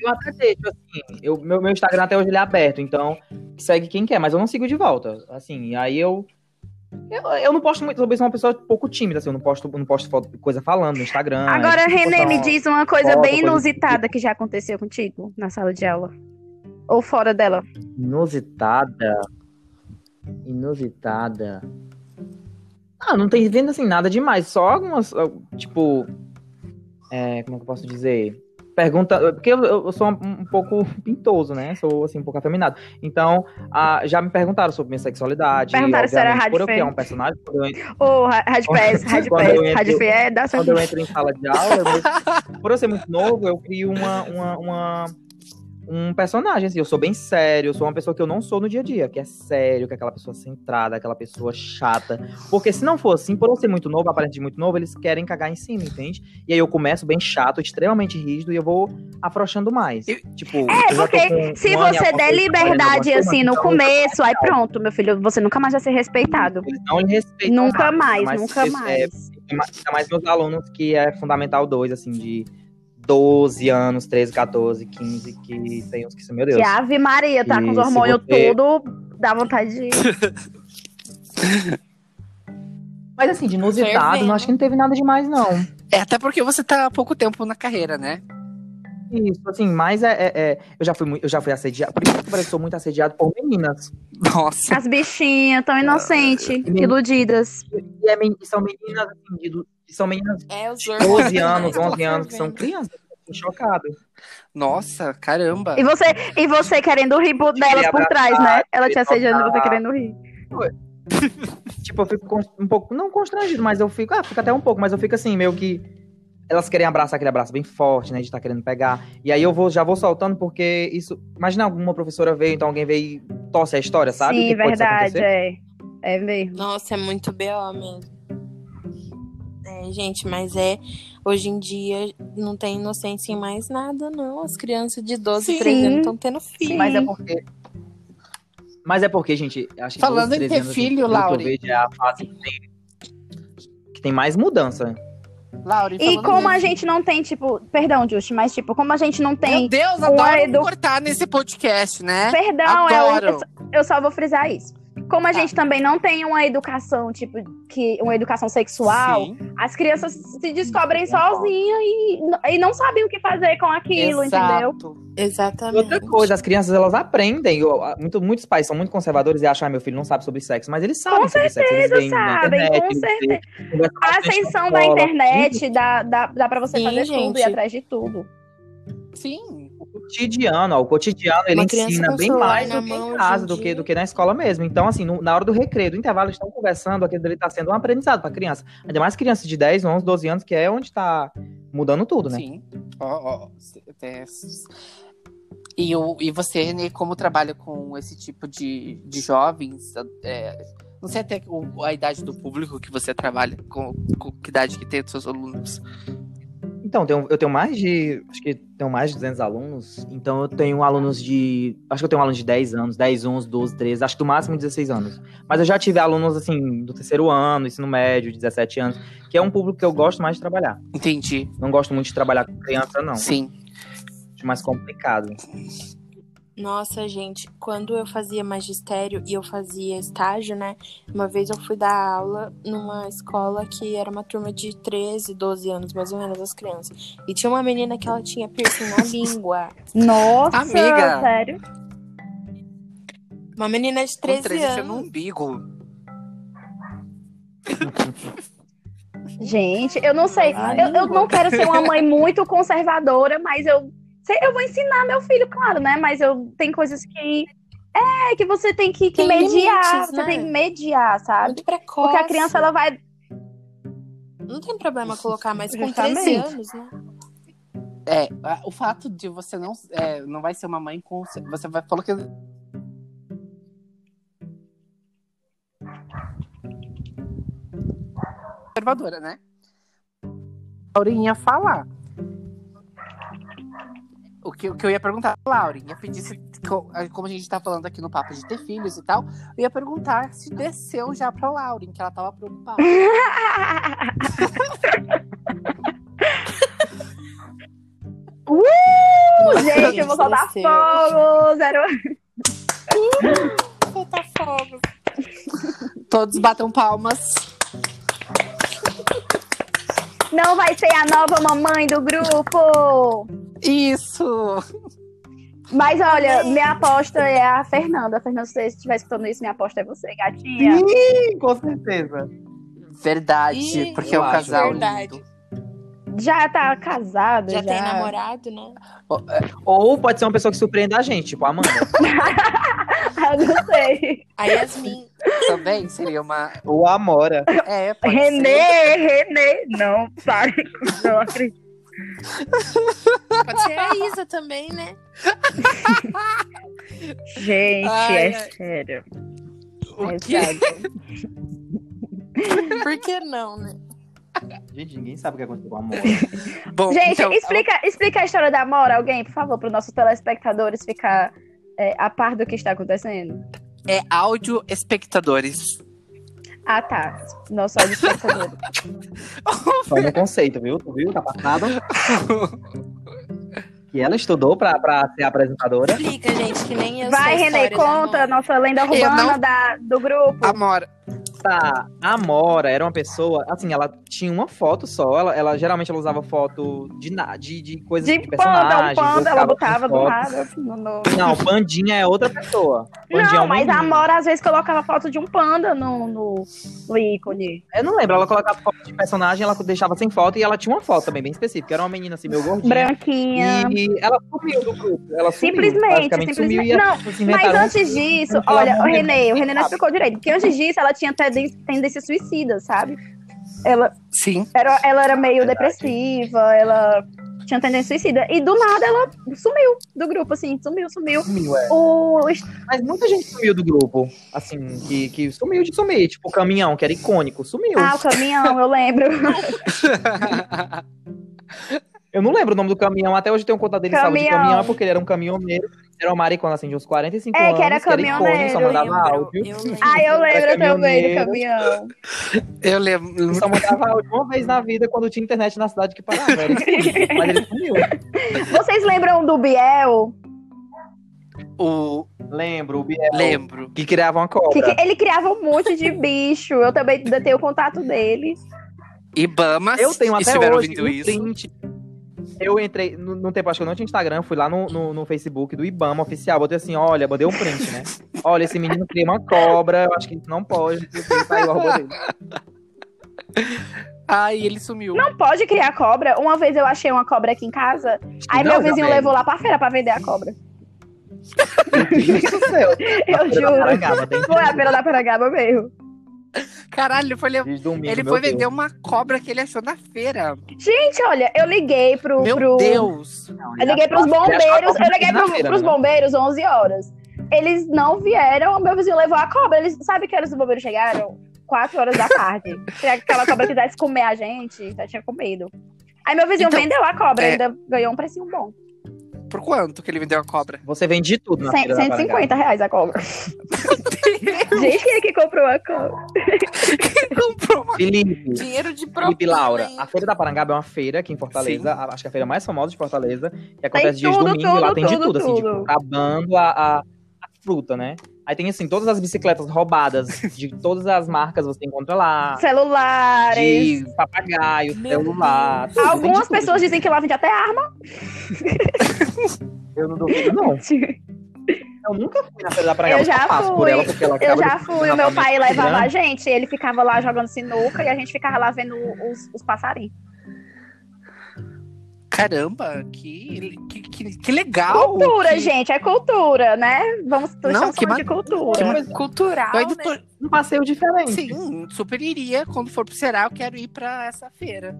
[SPEAKER 3] Eu até deixo, assim. Eu, meu, meu Instagram até hoje ele é aberto, então segue quem quer, mas eu não sigo de volta. Assim, aí eu. Eu, eu não posto muito, talvez sou uma pessoa pouco tímida, assim, eu não posto, não posto foto- coisa falando no Instagram.
[SPEAKER 2] Agora,
[SPEAKER 3] eu
[SPEAKER 2] Renê, me
[SPEAKER 3] posto-
[SPEAKER 2] diz uma coisa
[SPEAKER 3] foto,
[SPEAKER 2] bem
[SPEAKER 3] coisa do
[SPEAKER 2] inusitada que já aconteceu contigo na sala de aula. Ou fora dela.
[SPEAKER 3] Inusitada. Inusitada. Ah, não tem vendo assim nada demais. Só algumas. ah, Tipo. é, como é que eu posso dizer? Pergunta. Porque eu, eu sou um, um pouco pintoso, né? Sou assim, um pouco afeminado. Então, ah, já me perguntaram sobre minha sexualidade.
[SPEAKER 2] Perguntaram se era
[SPEAKER 3] obviamente, Por eu
[SPEAKER 2] rádio
[SPEAKER 3] criar
[SPEAKER 2] fé.
[SPEAKER 3] um personagem, quando eu, en-
[SPEAKER 2] Ou Radpass,
[SPEAKER 3] Quando eu
[SPEAKER 2] Radpass,
[SPEAKER 3] entro-
[SPEAKER 2] Radfe é da
[SPEAKER 3] quando eu
[SPEAKER 2] sua
[SPEAKER 3] entro em sala de aula, eu- por eu ser muito novo, eu crio uma, uma, uma, um personagem, assim, eu sou bem sério, eu sou uma pessoa que eu não sou no dia a dia, que é sério, que é aquela pessoa centrada, aquela pessoa chata. Porque se não for assim, por eu ser muito novo, aparentemente muito novo, eles querem cagar em cima, entende? E aí eu começo bem chato, extremamente rígido, e eu vou afrouxando mais. Tipo,
[SPEAKER 2] É,
[SPEAKER 3] eu já tô
[SPEAKER 2] porque
[SPEAKER 3] com
[SPEAKER 2] se
[SPEAKER 3] um ano e
[SPEAKER 2] você der
[SPEAKER 3] alguma coisa,
[SPEAKER 2] liberdade
[SPEAKER 3] quarenta e alguma coisa,
[SPEAKER 2] assim no
[SPEAKER 3] então
[SPEAKER 2] começo, aí pronto, meu filho, você nunca mais vai ser respeitado.
[SPEAKER 3] Eles não lhe respeitam
[SPEAKER 2] Nunca
[SPEAKER 3] nada,
[SPEAKER 2] mais,
[SPEAKER 3] mas
[SPEAKER 2] nunca
[SPEAKER 3] isso é-
[SPEAKER 2] mais.
[SPEAKER 3] Ainda mais meus alunos, que é Fundamental 2, assim, de 12 anos, 13, 14, 15, que tem uns que são, meu Deus.
[SPEAKER 2] Que Ave Maria tá com os
[SPEAKER 3] E se
[SPEAKER 2] hormônios
[SPEAKER 3] você-
[SPEAKER 2] tudo, dá vontade de.
[SPEAKER 3] Mas assim, de inusitado,
[SPEAKER 4] Fervendo.
[SPEAKER 3] não acho que não teve nada demais, não.
[SPEAKER 1] É até porque você tá há pouco tempo na carreira, né?
[SPEAKER 3] Isso, assim, mas é, é- é- eu, já fui, mui- eu já fui assediado. Por isso que eu sou muito assediado por meninas.
[SPEAKER 1] Nossa.
[SPEAKER 2] As bichinhas
[SPEAKER 3] Ah,
[SPEAKER 2] tão inocentes,
[SPEAKER 3] menino-
[SPEAKER 2] iludidas.
[SPEAKER 3] E é men- e são meninas, assim, de do- e são meninas
[SPEAKER 4] É, os
[SPEAKER 3] de 12
[SPEAKER 4] hormônios.
[SPEAKER 3] anos,
[SPEAKER 4] Tá
[SPEAKER 3] 11 anos, que são
[SPEAKER 4] fervendo.
[SPEAKER 3] crianças. assim, Chocado.
[SPEAKER 1] Nossa, caramba.
[SPEAKER 2] E você, e você querendo rir por- delas por
[SPEAKER 3] abraçar,
[SPEAKER 2] trás, né? Ela te
[SPEAKER 3] queria
[SPEAKER 2] assediando e você
[SPEAKER 3] tocar.
[SPEAKER 2] querendo rir.
[SPEAKER 3] Tipo, eu fico con- um pouco, não constrangido, mas eu fico, ah, fico até um pouco, mas eu fico assim, meio que. Elas querem abraçar aquele abraço bem forte, né? De estar querendo pegar. E aí eu vou, já vou soltando, porque isso. Imagina alguma professora veio, então alguém veio e torce a história, sabe?
[SPEAKER 2] Sim,
[SPEAKER 3] Que pode isso
[SPEAKER 2] verdade,
[SPEAKER 3] acontecer.
[SPEAKER 2] é. É mesmo.
[SPEAKER 4] Nossa, é muito B.O. mesmo. É, gente, mas é. Hoje em dia não tem inocência em mais nada, não. As crianças de 12,
[SPEAKER 2] Sim.
[SPEAKER 4] 13 anos estão tendo filho.
[SPEAKER 3] Mas é
[SPEAKER 2] Sim.
[SPEAKER 3] porque. Mas é porque, gente, acho que
[SPEAKER 1] Falando em
[SPEAKER 3] 12,
[SPEAKER 1] ter
[SPEAKER 3] 13 anos,
[SPEAKER 1] filho,
[SPEAKER 3] pelo que eu
[SPEAKER 1] Laure.
[SPEAKER 3] vejo, É a fase que tem, que tem mais mudança.
[SPEAKER 1] Laura,
[SPEAKER 2] E
[SPEAKER 1] falando
[SPEAKER 2] como a
[SPEAKER 1] nisso-
[SPEAKER 2] gente não tem, tipo, perdão, Just, mas tipo, como a gente é não
[SPEAKER 1] Meu
[SPEAKER 2] tem.
[SPEAKER 1] Deus,
[SPEAKER 2] uma
[SPEAKER 1] adoro
[SPEAKER 2] edu-
[SPEAKER 1] cortar nesse podcast, né?
[SPEAKER 2] Perdão, é eu,
[SPEAKER 1] adoro.
[SPEAKER 2] eu só vou frisar isso. Como a
[SPEAKER 1] Tá.
[SPEAKER 2] gente também não tem uma educação, tipo, que uma educação sexual,
[SPEAKER 1] Sim,
[SPEAKER 2] as crianças se descobrem sozinhas e, e não sabem o que fazer com aquilo, entendeu?
[SPEAKER 1] exato.
[SPEAKER 3] E
[SPEAKER 4] Exatamente.
[SPEAKER 3] outra coisa, as crianças elas aprendem. Eu- a- muito- muitos pais são muito conservadores e acham, ah, meu filho não sabe sobre sexo, mas eles sabem
[SPEAKER 2] Com
[SPEAKER 3] sobre sexo. Eles veem na
[SPEAKER 2] sabem,
[SPEAKER 3] internet,
[SPEAKER 2] com
[SPEAKER 3] eles veem-
[SPEAKER 2] certeza.
[SPEAKER 3] conversam
[SPEAKER 2] A
[SPEAKER 3] bastante na
[SPEAKER 2] ascensão da
[SPEAKER 3] escola.
[SPEAKER 2] internet dá, dá, dá pra você
[SPEAKER 4] Sim,
[SPEAKER 2] fazer tudo
[SPEAKER 4] gente.
[SPEAKER 2] e atrás de tudo.
[SPEAKER 1] Sim.
[SPEAKER 3] O cotidiano, ó, o cotidiano ele
[SPEAKER 4] Uma criança
[SPEAKER 3] ensina
[SPEAKER 4] com
[SPEAKER 3] bem
[SPEAKER 4] celular
[SPEAKER 3] mais
[SPEAKER 4] na
[SPEAKER 3] do que
[SPEAKER 4] mão
[SPEAKER 3] em
[SPEAKER 4] hoje
[SPEAKER 3] casa,
[SPEAKER 4] em
[SPEAKER 3] do que,
[SPEAKER 4] dia.
[SPEAKER 3] do que na escola mesmo. Então, assim, no- na hora do recreio, do intervalo, eles estão conversando, aquilo ali está sendo uma aprendizado para criança. Ainda mais crianças de 10, 11, 12 anos, que é onde está mudando tudo, né?
[SPEAKER 1] Sim. Ó, ó, c- é, s- E, o, e você, Renê, como trabalha com esse tipo de, de jovens? é, não sei até o- a idade do público que você trabalha, com, com que idade que tem os seus alunos.
[SPEAKER 3] Então, tenho- eu tenho mais de. Acho que tenho mais de 200 alunos. Então, eu tenho alunos de. Acho que eu tenho alunos de 10 anos, 10, 11, 12, 13, acho que do máximo 16 anos. Mas eu já tive alunos, assim, do terceiro ano, ensino médio, 17 anos, que é um público que eu gosto mais de trabalhar.
[SPEAKER 1] Entendi.
[SPEAKER 3] Não gosto muito de trabalhar com criança, não.
[SPEAKER 1] Sim.
[SPEAKER 3] Acho mais complicado.
[SPEAKER 4] Nossa, gente, quando eu fazia magistério e eu fazia estágio, né? Uma vez eu fui dar aula numa escola que era uma turma de 13, 12 anos, mais ou menos, as crianças. E tinha uma menina que ela tinha piercing na língua.
[SPEAKER 2] Nossa,
[SPEAKER 1] Amiga.
[SPEAKER 2] sério.
[SPEAKER 4] Uma menina de
[SPEAKER 1] Com
[SPEAKER 4] 13,
[SPEAKER 1] 13 tinha no
[SPEAKER 4] anos.
[SPEAKER 1] umbigo.
[SPEAKER 2] Gente, eu não sei.
[SPEAKER 4] Ai,
[SPEAKER 2] Eu, eu não quero ser uma mãe muito conservadora, mas eu sei, eu vou ensinar meu filho, claro, né? Mas eu tem coisas que é que você tem que, que
[SPEAKER 4] Tem
[SPEAKER 2] mediar,
[SPEAKER 4] limites,
[SPEAKER 2] você
[SPEAKER 4] né?
[SPEAKER 2] tem que mediar, sabe?
[SPEAKER 4] Muito precoce.
[SPEAKER 2] Porque a criança ela vai
[SPEAKER 4] Não tem problema colocar, mas com
[SPEAKER 2] Justamente.
[SPEAKER 4] 13 anos, né?
[SPEAKER 1] É, a- o fato de você não, é, não vai ser uma mãe com. Você vai falou que conservadora, né? Lauren ia falar. O que, o que eu ia perguntar pra Lauren, ia pedir se, co- a- como a gente tá falando aqui no papo de ter filhos e tal, eu ia perguntar se desceu já pra Lauren, que ela tava preocupada.
[SPEAKER 2] Uh, gente, eu vou soltar
[SPEAKER 4] Desceu.
[SPEAKER 2] fogo, zero.
[SPEAKER 4] Soltar fogo.
[SPEAKER 1] Todos batam palmas.
[SPEAKER 2] Não vai ser a nova mamãe do grupo.
[SPEAKER 1] Isso!
[SPEAKER 2] Mas olha, minha aposta é a Fernanda. Fernanda, se você estiver escutando isso, minha aposta é você, gatinha.
[SPEAKER 3] Sim, com certeza.
[SPEAKER 1] Verdade,
[SPEAKER 4] Ih,
[SPEAKER 1] porque é
[SPEAKER 3] eu
[SPEAKER 1] um
[SPEAKER 3] acho,
[SPEAKER 1] casal
[SPEAKER 4] verdade.
[SPEAKER 1] lindo.
[SPEAKER 2] Já tá casada, já.
[SPEAKER 4] Já, tem namorado, né?
[SPEAKER 3] Ou pode ser uma pessoa que surpreenda a gente, tipo a Amanda.
[SPEAKER 2] Eu não sei.
[SPEAKER 4] A Yasmin.
[SPEAKER 1] Também seria uma.
[SPEAKER 3] Ou a Amora.
[SPEAKER 1] É, pode ser.
[SPEAKER 2] Renê, Renê. Não, pare. Não acredito.
[SPEAKER 4] Pode ser a Isa também, né?
[SPEAKER 2] Gente,
[SPEAKER 4] Ai,
[SPEAKER 2] é
[SPEAKER 4] ai.
[SPEAKER 2] sério.
[SPEAKER 1] O
[SPEAKER 2] É
[SPEAKER 1] quê?
[SPEAKER 2] sério.
[SPEAKER 4] Por que não, né?
[SPEAKER 3] Gente, ninguém sabe o que aconteceu com a Amora.
[SPEAKER 1] Bom,
[SPEAKER 2] Gente,
[SPEAKER 1] então,
[SPEAKER 2] explica, explica a história da Amora, alguém, por favor, para os nossos telespectadores ficar é, a par do que está acontecendo.
[SPEAKER 1] é áudio espectadores.
[SPEAKER 2] Ah, tá. Nosso áudio espectador.
[SPEAKER 3] Só no conceito, viu? Tu viu? Tá passado. que ela estudou pra, pra ser apresentadora.
[SPEAKER 4] Explica, gente, que nem eu
[SPEAKER 2] Vai,
[SPEAKER 4] sei a
[SPEAKER 2] Renê,
[SPEAKER 4] história da
[SPEAKER 2] conta a
[SPEAKER 4] Amora.
[SPEAKER 2] nossa lenda urbana
[SPEAKER 1] não-
[SPEAKER 2] da, do grupo.
[SPEAKER 1] Amora,
[SPEAKER 3] Tá, a Amora era uma pessoa, assim, ela tinha uma foto só. Ela, ela- geralmente ela usava foto de, na- de, de coisas de,
[SPEAKER 2] de panda, um
[SPEAKER 3] personagens.
[SPEAKER 2] panda, ela botava
[SPEAKER 3] colocava
[SPEAKER 2] do
[SPEAKER 3] foto.
[SPEAKER 2] nada. assim, no- no-
[SPEAKER 3] Não, Pandinha é outra pessoa. Pandinha é
[SPEAKER 2] Não,
[SPEAKER 3] uma
[SPEAKER 2] mas a
[SPEAKER 3] menina.
[SPEAKER 2] Amora às vezes colocava foto de um panda no, no, no ícone.
[SPEAKER 3] Eu não lembro, ela colocava foto de personagem, ela deixava sem foto e ela tinha uma foto também bem específica. Era uma menina assim, meio gordinha.
[SPEAKER 2] Branquinha.
[SPEAKER 3] E ela sumiu do grupo. Ela sumiu,
[SPEAKER 2] Simplesmente,
[SPEAKER 3] basicamente sumiu e
[SPEAKER 2] simplesmente.
[SPEAKER 3] as
[SPEAKER 2] Não,
[SPEAKER 3] pessoas
[SPEAKER 2] mas
[SPEAKER 3] inventaram
[SPEAKER 2] antes disso,
[SPEAKER 3] não fala
[SPEAKER 2] olha, o
[SPEAKER 3] muito,
[SPEAKER 2] Renê, o Renê não
[SPEAKER 3] sabe?
[SPEAKER 2] explicou direito. Porque antes disso, ela tinha tendência, tendência suicida, sabe? Ela
[SPEAKER 1] sim.
[SPEAKER 2] era, ela era meio depressiva, ela tinha tendência suicida. E do nada ela sumiu do grupo, assim, sumiu, sumiu.
[SPEAKER 3] sumiu, é.
[SPEAKER 2] O,
[SPEAKER 3] Mas muita gente sumiu do grupo. Assim, que, que sumiu de sumir. Tipo, o caminhão, que era icônico, sumiu.
[SPEAKER 2] ah, o caminhão, eu lembro.
[SPEAKER 3] Eu não lembro o nome do caminhão, até hoje eu tenho um contato dele em sala de
[SPEAKER 2] Caminhão.
[SPEAKER 3] caminhão, porque ele era um caminhoneiro. Era uma maricona assim, de uns 45
[SPEAKER 2] É,
[SPEAKER 3] anos.
[SPEAKER 2] que era
[SPEAKER 3] icônico, só
[SPEAKER 2] caminhoneiro.
[SPEAKER 3] mandava áudio.
[SPEAKER 4] Eu lembro.
[SPEAKER 2] Ah, eu lembro também do
[SPEAKER 3] caminhoneiro.
[SPEAKER 2] caminhão.
[SPEAKER 1] Eu lembro.
[SPEAKER 3] Ele só mandava áudio uma vez na vida quando tinha internet na cidade que parava. Era icônico, mas ele sumiu.
[SPEAKER 2] Vocês lembram do Biel?
[SPEAKER 1] O...
[SPEAKER 3] Lembro, o Biel.
[SPEAKER 1] Lembro.
[SPEAKER 3] Que criava uma
[SPEAKER 2] Que-
[SPEAKER 3] cobra.
[SPEAKER 2] que ele criava um monte de bicho. Eu também tenho o contato dele.
[SPEAKER 1] Ibamas.
[SPEAKER 3] Eu tenho
[SPEAKER 1] se
[SPEAKER 3] até
[SPEAKER 1] estiver
[SPEAKER 3] hoje
[SPEAKER 1] ouvindo
[SPEAKER 3] um
[SPEAKER 1] isso.
[SPEAKER 3] print. Eu entrei, no, no tempo, acho que eu não tinha Instagram, fui lá no, no, no Facebook do Ibama oficial, botei assim, olha, mandei um print, né? Olha, esse menino cria uma cobra, eu acho que isso não pode, não sei o quê, saiu o arroba dele.
[SPEAKER 1] Ai, ele sumiu.
[SPEAKER 2] Não pode criar cobra. Uma vez eu achei uma cobra aqui em casa. Aí
[SPEAKER 3] Não,
[SPEAKER 2] meu vizinho
[SPEAKER 3] Isabelle,
[SPEAKER 2] levou lá pra feira pra vender a cobra.
[SPEAKER 3] meu Deus do céu,
[SPEAKER 2] Eu
[SPEAKER 3] Feira da
[SPEAKER 2] juro.
[SPEAKER 3] Parangaba, tem
[SPEAKER 2] Foi a feira da Paragaba mesmo.
[SPEAKER 1] Caralho, ele foi, lev-
[SPEAKER 3] desde domingo,
[SPEAKER 1] ele
[SPEAKER 3] meu
[SPEAKER 1] foi
[SPEAKER 3] Deus.
[SPEAKER 1] vender uma cobra que ele achou na feira.
[SPEAKER 2] Gente, olha, eu liguei pro.
[SPEAKER 1] Meu
[SPEAKER 2] pro-
[SPEAKER 1] Deus.
[SPEAKER 2] Eu liguei pros
[SPEAKER 3] Ele achou
[SPEAKER 2] bombeiros.
[SPEAKER 3] a
[SPEAKER 2] Eu
[SPEAKER 3] cobra
[SPEAKER 2] liguei
[SPEAKER 3] na
[SPEAKER 2] pro,
[SPEAKER 3] feira,
[SPEAKER 2] pros
[SPEAKER 3] né?
[SPEAKER 2] bombeiros 11 horas. Eles não vieram, meu vizinho levou a cobra. Eles sabe que horas os bombeiros chegaram? 4 horas da tarde. Se aquela cobra quisesse comer a gente, já tinha comido. Aí meu vizinho
[SPEAKER 1] Então,
[SPEAKER 2] vendeu a cobra,
[SPEAKER 1] é.
[SPEAKER 2] ainda ganhou um precinho bom.
[SPEAKER 1] Por quanto que ele vendeu a cobra?
[SPEAKER 3] Você vende de tudo na
[SPEAKER 2] Cem-
[SPEAKER 3] Feira da Parangaba.
[SPEAKER 2] 150 reais a cobra. Gente, quem é que comprou a cobra?
[SPEAKER 1] Comprou uma
[SPEAKER 3] Felipe,
[SPEAKER 4] Dinheiro de propina,
[SPEAKER 3] Felipe Laura,
[SPEAKER 4] hein?
[SPEAKER 3] a Feira da Parangaba é uma feira aqui em Fortaleza, a- acho que é a feira mais famosa de Fortaleza, que acontece dias de
[SPEAKER 2] tudo,
[SPEAKER 3] domingo, e lá
[SPEAKER 2] tudo,
[SPEAKER 3] tem de
[SPEAKER 2] tudo,
[SPEAKER 3] tudo, assim,
[SPEAKER 2] tudo.
[SPEAKER 3] tipo, acabando a, a- a fruta, né? Aí tem, assim, todas as bicicletas roubadas de todas as marcas você encontra lá.
[SPEAKER 2] Celulares.
[SPEAKER 3] De papagaio,
[SPEAKER 4] Meu
[SPEAKER 3] celular. tudo, tem de
[SPEAKER 2] Algumas
[SPEAKER 3] tudo.
[SPEAKER 2] pessoas dizem que lá vende até arma.
[SPEAKER 3] Eu não duvido, não. Eu nunca fui na Feira da Parangaba,
[SPEAKER 2] Eu já
[SPEAKER 3] só passo por
[SPEAKER 2] fui.
[SPEAKER 3] ela, porque ela
[SPEAKER 2] Eu
[SPEAKER 3] acaba
[SPEAKER 2] já
[SPEAKER 3] de-
[SPEAKER 2] fui, o meu pai levava a gente, ele ficava lá jogando sinuca e a gente ficava lá vendo os, os passarinhos.
[SPEAKER 1] Caramba, que, que, que, que legal.
[SPEAKER 2] Cultura,
[SPEAKER 1] que-
[SPEAKER 2] gente, é cultura, né? Vamos
[SPEAKER 1] Não,
[SPEAKER 2] estamos
[SPEAKER 1] que
[SPEAKER 2] falando de
[SPEAKER 4] Que
[SPEAKER 2] cultura.
[SPEAKER 4] coisa cultural,
[SPEAKER 1] Vai do-
[SPEAKER 4] né?
[SPEAKER 3] Um passeio diferente.
[SPEAKER 2] Uhum.
[SPEAKER 1] Sim, um super iria. Quando for pro Ceará, eu quero ir pra essa feira.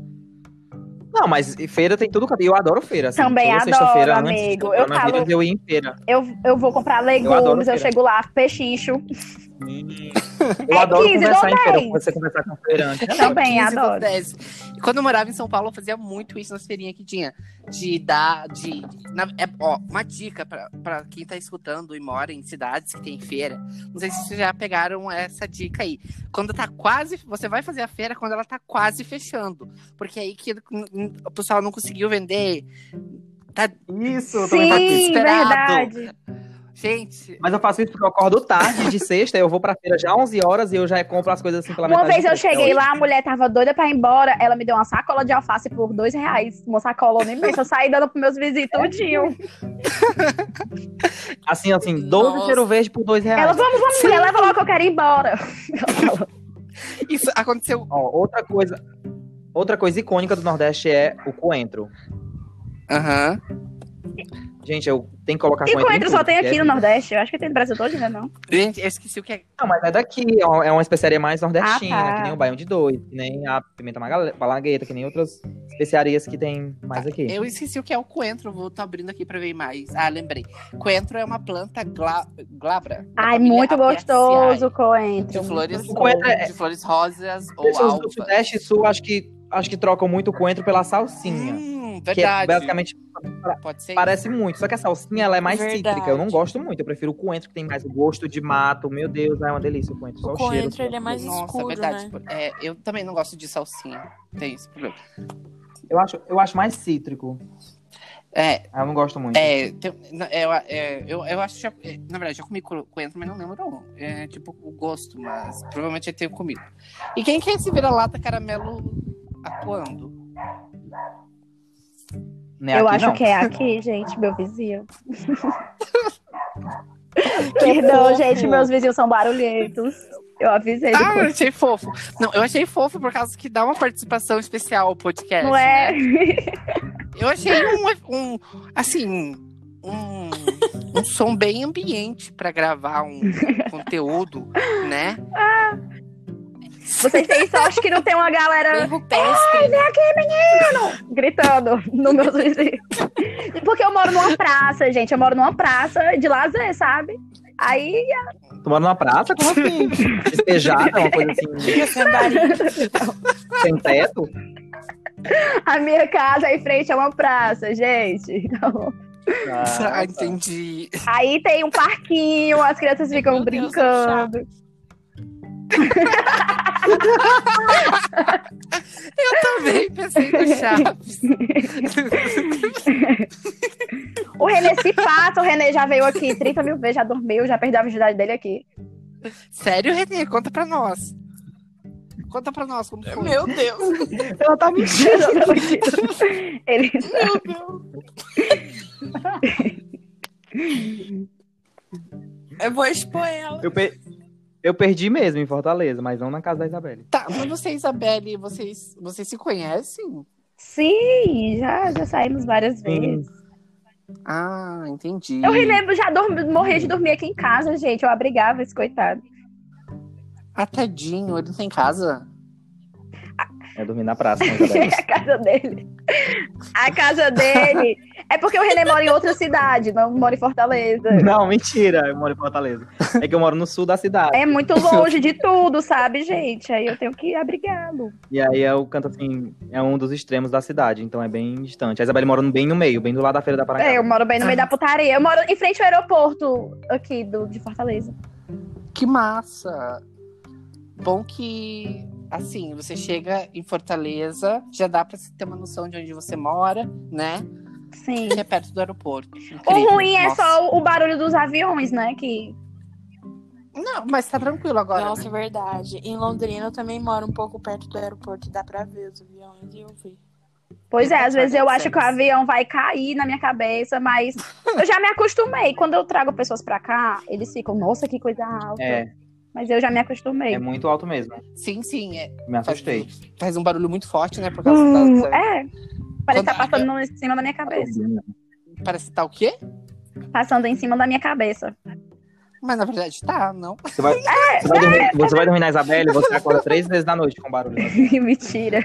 [SPEAKER 3] Não, mas feira tem tudo. Eu adoro feira. Assim,
[SPEAKER 2] Também
[SPEAKER 3] toda
[SPEAKER 2] adoro,
[SPEAKER 3] sexta-feira, antes
[SPEAKER 2] amigo.
[SPEAKER 3] do
[SPEAKER 2] Eu
[SPEAKER 3] coronavírus,
[SPEAKER 2] tava-
[SPEAKER 3] eu ia em feira.
[SPEAKER 2] Eu, eu vou comprar
[SPEAKER 3] adoro
[SPEAKER 2] legumes, eu,
[SPEAKER 3] feira.
[SPEAKER 2] chego lá, pechincho.
[SPEAKER 3] Eu
[SPEAKER 2] É
[SPEAKER 3] adoro
[SPEAKER 2] 15, não
[SPEAKER 3] conversar em feira,
[SPEAKER 2] tem.
[SPEAKER 3] você conversar com feirante.
[SPEAKER 2] Eu também
[SPEAKER 1] 15 do
[SPEAKER 2] adoro.
[SPEAKER 1] 10. E Quando eu morava em São Paulo, eu fazia muito isso nas feirinhas que tinha. De dar. De, na- é, ó, uma dica pra, pra quem tá escutando e mora em cidades que tem feira. Não sei se vocês já pegaram essa dica aí. Quando tá quase. Você vai fazer a feira quando ela tá quase fechando. Porque é aí que n- n- o pessoal não conseguiu vender. Tá
[SPEAKER 3] Isso, eu também faço isso.
[SPEAKER 2] Sim,
[SPEAKER 1] desesperado.
[SPEAKER 2] verdade.
[SPEAKER 1] Gente,
[SPEAKER 3] Mas eu faço isso porque eu acordo tarde de sexta, eu vou pra feira já 11 horas e eu já compro as coisas assim pela
[SPEAKER 2] Uma
[SPEAKER 3] metade
[SPEAKER 2] vez
[SPEAKER 3] do
[SPEAKER 2] eu
[SPEAKER 3] preço.
[SPEAKER 2] cheguei lá, a mulher tava doida pra ir embora, ela me deu uma sacola de alface por dois reais. Uma sacola imensa, eu saí dando pros meus vizinhos tudinho.
[SPEAKER 3] Assim, assim, 12
[SPEAKER 1] Nossa.
[SPEAKER 3] cheiro verde por 2 reais.
[SPEAKER 2] Ela, vamos, vamos, mulher, leva logo que eu quero ir embora.
[SPEAKER 1] isso aconteceu.
[SPEAKER 3] Ó, outra coisa. Outra coisa icônica do Nordeste é o coentro.
[SPEAKER 1] Aham.
[SPEAKER 3] Gente, eu tenho que é colocar
[SPEAKER 2] E coentro
[SPEAKER 3] em
[SPEAKER 2] só
[SPEAKER 3] tudo,
[SPEAKER 2] tem
[SPEAKER 3] porque
[SPEAKER 2] aqui no Nordeste. Eu acho que tem no Brasil todo, né? Não.
[SPEAKER 1] Gente, eu esqueci o que é.
[SPEAKER 3] Não, mas é daqui, é uma- é uma especiaria mais nordestina,
[SPEAKER 2] Ah, tá.
[SPEAKER 3] que nem o baião de dois, que nem a pimenta magale- malagueta, que nem outras especiarias que tem mais
[SPEAKER 2] Tá.
[SPEAKER 3] aqui.
[SPEAKER 1] Eu esqueci o que é o coentro, vou estar abrindo aqui pra ver mais. Ah, lembrei. Coentro é uma planta gla... glabra. da
[SPEAKER 2] Ai,
[SPEAKER 1] família assim,
[SPEAKER 2] muito gostoso o
[SPEAKER 1] De
[SPEAKER 2] coentro.
[SPEAKER 1] flores, né,
[SPEAKER 2] muito gostoso.
[SPEAKER 3] coentro é-
[SPEAKER 1] de flores rosas ou
[SPEAKER 3] Pessoas do
[SPEAKER 1] alvas.
[SPEAKER 3] Sudeste e Sul, acho que, acho que trocam muito o coentro pela salsinha.
[SPEAKER 1] Hum,
[SPEAKER 3] Que é,
[SPEAKER 1] verdade.
[SPEAKER 3] basicamente
[SPEAKER 1] Pode ser.
[SPEAKER 3] parece muito, só que a salsinha ela é mais
[SPEAKER 4] Verdade.
[SPEAKER 3] cítrica. Eu não gosto muito, eu prefiro o coentro que tem mais gosto de mato. Meu Deus, é uma delícia o coentro. Só
[SPEAKER 4] O
[SPEAKER 3] o,
[SPEAKER 4] coentro,
[SPEAKER 3] cheiro.
[SPEAKER 4] ele é mais
[SPEAKER 1] Nossa,
[SPEAKER 4] escuro,
[SPEAKER 1] verdade.
[SPEAKER 4] né?
[SPEAKER 1] Tipo, é, eu também não gosto de salsinha. Tem esse problema.
[SPEAKER 3] Eu acho, eu acho mais cítrico.
[SPEAKER 1] É,
[SPEAKER 3] Eu não gosto muito.
[SPEAKER 1] é, tem- na- é, eu- é, eu, eu acho. que já- é, na verdade, já comi co- coentro, mas não lembro é, tipo o gosto, mas provavelmente eu tenho comido. E quem quer se vira-lata caramelo atuando?
[SPEAKER 3] Né?
[SPEAKER 2] Eu
[SPEAKER 3] Aqui
[SPEAKER 2] acho
[SPEAKER 3] não.
[SPEAKER 2] que é aqui, gente, meu vizinho. Perdão,
[SPEAKER 1] fofo.
[SPEAKER 2] gente, meus vizinhos são barulhentos. Eu avisei.
[SPEAKER 1] Ah,
[SPEAKER 2] É depois.
[SPEAKER 1] eu achei fofo. Não, eu achei fofo por causa que dá uma participação especial ao podcast.
[SPEAKER 2] Não é?
[SPEAKER 1] né? Eu achei um, um assim, um, um som bem ambiente pra gravar um conteúdo, né?
[SPEAKER 2] Vocês têm sorte que não tem uma galera
[SPEAKER 4] Erro péssimo.
[SPEAKER 2] gritando no meus vizinhos. E Porque eu moro numa praça, gente. Eu moro numa praça de lazer, sabe? Aí
[SPEAKER 3] Tu mora numa praça? Como assim? Despejada, uma coisa assim, sem teto?
[SPEAKER 2] a minha casa em frente é uma praça, gente. Então,
[SPEAKER 1] Ah, entendi.
[SPEAKER 2] aí tem um parquinho, as crianças ficam
[SPEAKER 4] Meu Deus,
[SPEAKER 2] brincando.
[SPEAKER 1] Eu também pensei no Chaves.
[SPEAKER 2] O Renê se passa, o Renê já veio aqui 30 mil vezes, já dormiu, já perdeu a virgindade dele aqui.
[SPEAKER 1] Sério, Renê, conta pra nós. Conta pra nós como foi.
[SPEAKER 4] Meu Deus.
[SPEAKER 3] Ela tá me
[SPEAKER 2] Ele...
[SPEAKER 4] Meu Deus. Eu vou expor ela.
[SPEAKER 3] eu, pe- eu perdi mesmo em Fortaleza, mas não na casa da Isabelle.
[SPEAKER 1] Tá, mas você, Isabelle, vocês, vocês se conhecem?
[SPEAKER 2] Sim, já, já saímos várias
[SPEAKER 3] Sim.
[SPEAKER 2] vezes.
[SPEAKER 1] Ah, entendi.
[SPEAKER 2] Eu relembro, já dormi, morria de dormir aqui em casa, gente. Eu abrigava esse coitado.
[SPEAKER 1] Ah, tadinho, ele não tem casa?
[SPEAKER 3] Eu É, dormi na praça com a Isabelle.
[SPEAKER 2] a casa dele. A casa dele. É porque o Renê mora em outra cidade, não mora em Fortaleza.
[SPEAKER 3] Não, mentira, eu moro em Fortaleza. É que eu moro no sul da cidade.
[SPEAKER 2] É muito longe de tudo, sabe, gente? Aí eu tenho que abrigá-lo.
[SPEAKER 3] E aí eu canto assim, é um dos extremos da cidade, então é bem distante. A Isabelle mora no- bem no meio, bem do lado da Feira da Paraná.
[SPEAKER 2] É, eu moro bem no meio da putaria. Eu moro em frente ao aeroporto aqui do, de Fortaleza.
[SPEAKER 1] Que massa! Bom que, assim, você chega em Fortaleza, já dá pra você ter uma noção de onde você mora, né?
[SPEAKER 2] Sim.
[SPEAKER 1] Que é perto do aeroporto.
[SPEAKER 2] O
[SPEAKER 1] Incrível,
[SPEAKER 2] ruim é
[SPEAKER 1] nossa.
[SPEAKER 2] só o barulho dos aviões, né? Que
[SPEAKER 1] Não, mas tá tranquilo agora. né?
[SPEAKER 4] Nossa, verdade. Em Londrina eu também moro um pouco perto do aeroporto e dá pra ver os aviões e eu vi.
[SPEAKER 2] Pois é, às vezes eu acho que o
[SPEAKER 1] Certo.
[SPEAKER 2] avião vai cair na minha cabeça, mas eu já me acostumei. Quando eu trago pessoas pra cá, eles ficam, nossa, que coisa alta.
[SPEAKER 3] É,
[SPEAKER 2] Mas eu já me acostumei.
[SPEAKER 3] é muito alto mesmo.
[SPEAKER 1] Sim, sim, é-
[SPEAKER 3] Me assustei.
[SPEAKER 1] faz um barulho muito forte, né? Por causa
[SPEAKER 2] Hum,
[SPEAKER 1] da, da-
[SPEAKER 2] é. Parece que tá
[SPEAKER 1] Quando-
[SPEAKER 2] passando em cima da minha cabeça.
[SPEAKER 1] Parece que tá o quê?
[SPEAKER 2] Passando em cima da minha cabeça.
[SPEAKER 1] Mas na verdade tá, não.
[SPEAKER 3] Você vai,
[SPEAKER 2] É,
[SPEAKER 3] você vai dormir, você vai dormir na Isabelle, você acorda três vezes da noite com barulho.
[SPEAKER 2] Mentira.